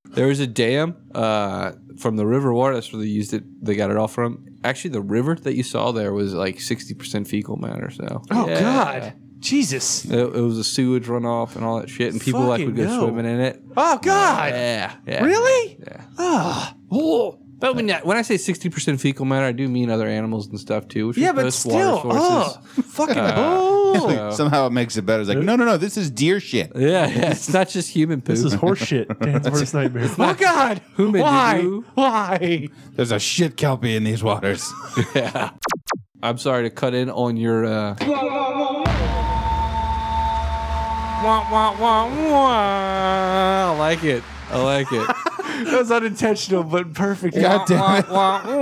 [SPEAKER 4] There was a dam uh, from the river water. That's where they used it. They got it all from. Actually, the river that you saw there was like sixty percent fecal matter. So
[SPEAKER 5] Oh
[SPEAKER 4] Yeah.
[SPEAKER 5] god. Jesus.
[SPEAKER 4] it, it was a sewage runoff and all that shit, and people like would
[SPEAKER 5] Fucking
[SPEAKER 4] go
[SPEAKER 5] no.
[SPEAKER 4] swimming in it.
[SPEAKER 5] Oh god.
[SPEAKER 4] Yeah, yeah.
[SPEAKER 5] Really? Ah.
[SPEAKER 4] Yeah. Oh. But when, I- when I say sixty percent fecal matter, I do mean other animals and stuff too. Which
[SPEAKER 5] Yeah,
[SPEAKER 4] are
[SPEAKER 5] but
[SPEAKER 4] both
[SPEAKER 5] still.
[SPEAKER 4] water Uh. sources.
[SPEAKER 5] Oh, fucking
[SPEAKER 4] Oh,
[SPEAKER 5] bull.
[SPEAKER 3] Somehow it makes it better. It's like, no, no, no, this is deer shit.
[SPEAKER 4] Yeah, yeah. It's not just human poop.
[SPEAKER 2] This is
[SPEAKER 4] (laughs)
[SPEAKER 2] horseshit. Dan's worst nightmare.
[SPEAKER 5] Oh god.
[SPEAKER 4] Who made
[SPEAKER 5] Why?
[SPEAKER 4] you?
[SPEAKER 5] Why?
[SPEAKER 3] There's a shit kelpie in these
[SPEAKER 4] (laughs)
[SPEAKER 3] waters. (laughs)
[SPEAKER 4] I'm sorry to cut in on your. Uh... Wah, wah, wah, wah. I like it. I like it.
[SPEAKER 5] That was unintentional, but perfect.
[SPEAKER 3] God damn it.
[SPEAKER 4] wah, (laughs) wah,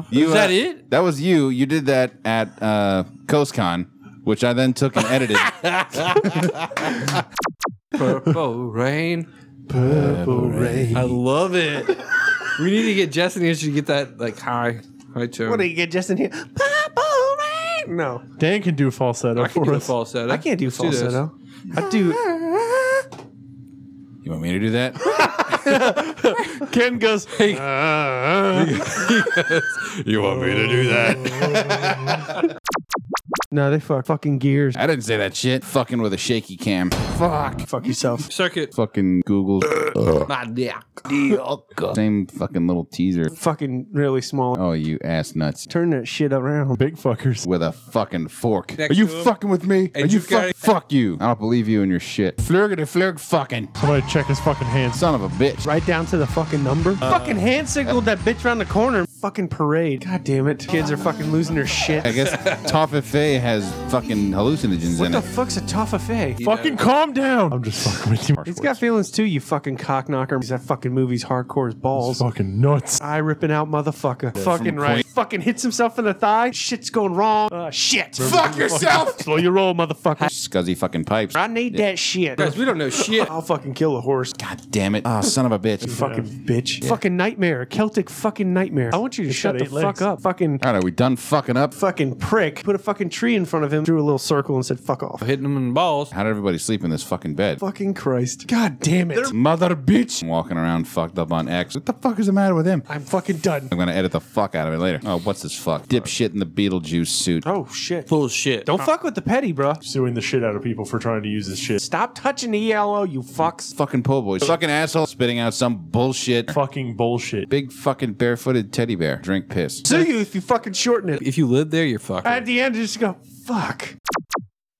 [SPEAKER 4] wah.
[SPEAKER 3] You,
[SPEAKER 4] Is that
[SPEAKER 3] uh,
[SPEAKER 4] it?
[SPEAKER 3] That was you. You did that at uh, CoastCon, which I then took and edited.
[SPEAKER 4] Purple rain.
[SPEAKER 2] Purple rain.
[SPEAKER 4] (laughs) I love it. we need to get Jess and Andrew to get that like high, high tone.
[SPEAKER 5] What do you get just in here? Purple rain. No,
[SPEAKER 2] Dan can do falsetto
[SPEAKER 4] I can
[SPEAKER 2] for
[SPEAKER 4] do a
[SPEAKER 2] us.
[SPEAKER 4] falsetto.
[SPEAKER 5] I can't do
[SPEAKER 4] Let's this.
[SPEAKER 5] falsetto. I do. (laughs)
[SPEAKER 3] you want me to do that?
[SPEAKER 4] (laughs)
[SPEAKER 2] Ken goes. "Ah."
[SPEAKER 3] you want me to do that?
[SPEAKER 5] No, they fuck fucking gears.
[SPEAKER 3] I didn't say that shit. Fucking with a shaky cam.
[SPEAKER 5] Fuck yourself.
[SPEAKER 4] Suck it.
[SPEAKER 3] Fucking Google.
[SPEAKER 4] My dick.
[SPEAKER 3] Same fucking little
[SPEAKER 5] (laughs)
[SPEAKER 3] teaser.
[SPEAKER 5] Fucking really small.
[SPEAKER 3] Oh, you ass nuts.
[SPEAKER 5] Turn that shit around.
[SPEAKER 2] Big fuckers.
[SPEAKER 3] With a fucking fork.
[SPEAKER 4] Next
[SPEAKER 3] Are you
[SPEAKER 4] to him.
[SPEAKER 3] fucking with me? Are
[SPEAKER 4] And
[SPEAKER 3] you
[SPEAKER 4] you've got
[SPEAKER 3] fuck?
[SPEAKER 4] it.
[SPEAKER 3] Fuck you. I don't believe you and your shit. Flurgity flurg fucking.
[SPEAKER 2] Somebody check his fucking hands.
[SPEAKER 3] Son of a bitch.
[SPEAKER 5] Right down to the fucking number. fucking hand signaled that bitch around the corner. Fucking parade. God damn it. Kids are fucking losing their shit.
[SPEAKER 3] I guess
[SPEAKER 4] (laughs)
[SPEAKER 3] Toffee has fucking hallucinogens
[SPEAKER 5] What
[SPEAKER 3] in
[SPEAKER 5] the
[SPEAKER 3] it.
[SPEAKER 5] fuck's a toffee?
[SPEAKER 2] Fucking calm down. I'm just fucking with you.
[SPEAKER 5] It's got feelings too, you fucking cockknocker. That fucking movie's hardcore as balls.
[SPEAKER 2] Fucking nuts.
[SPEAKER 5] Eye ripping out motherfucker. fucking right. Fucking hits himself in the thigh. Shit's going wrong. Uh, shit.
[SPEAKER 3] Fuck yourself!
[SPEAKER 4] (laughs)
[SPEAKER 5] Slow your roll, motherfucker.
[SPEAKER 3] Scuzzy fucking pipes.
[SPEAKER 5] I need that shit.
[SPEAKER 4] Guys, we don't
[SPEAKER 5] (laughs)
[SPEAKER 4] know shit.
[SPEAKER 5] I'll fucking kill a horse.
[SPEAKER 3] God damn it. Ah, son of a bitch.
[SPEAKER 5] fucking bitch. Fucking nightmare. Celtic fucking nightmare. I want you to shut
[SPEAKER 2] got
[SPEAKER 5] the
[SPEAKER 2] eight
[SPEAKER 5] fuck
[SPEAKER 2] legs.
[SPEAKER 5] up. Fucking
[SPEAKER 3] All right, are we done fucking up?
[SPEAKER 5] fucking prick. Put a fucking tree in front of him, drew a little circle and said, fuck off.
[SPEAKER 4] Hitting them in the balls.
[SPEAKER 3] How did everybody sleep in this fucking bed?
[SPEAKER 5] Fucking Christ. God damn it.
[SPEAKER 3] Mother bitch. I'm walking around fucked up on X. What the fuck is the matter with him?
[SPEAKER 5] I'm fucking done.
[SPEAKER 3] I'm gonna edit the fuck out of it later. Oh, what's this fuck? Dipshit in the Beetlejuice suit.
[SPEAKER 5] Oh shit.
[SPEAKER 4] Bullshit.
[SPEAKER 5] Don't fuck with the petty, bro.
[SPEAKER 2] Suing the shit out of people for trying to use this shit.
[SPEAKER 5] Stop touching the ELO, you fucks.
[SPEAKER 3] Fucking po' boy. Fucking asshole spitting out some bullshit.
[SPEAKER 2] Fucking bullshit.
[SPEAKER 3] Big fucking barefooted teddy bear. Drink piss.
[SPEAKER 5] Sue you if you fucking shorten it.
[SPEAKER 4] If you live there, you're fucked.
[SPEAKER 5] At the end, you just go, fuck.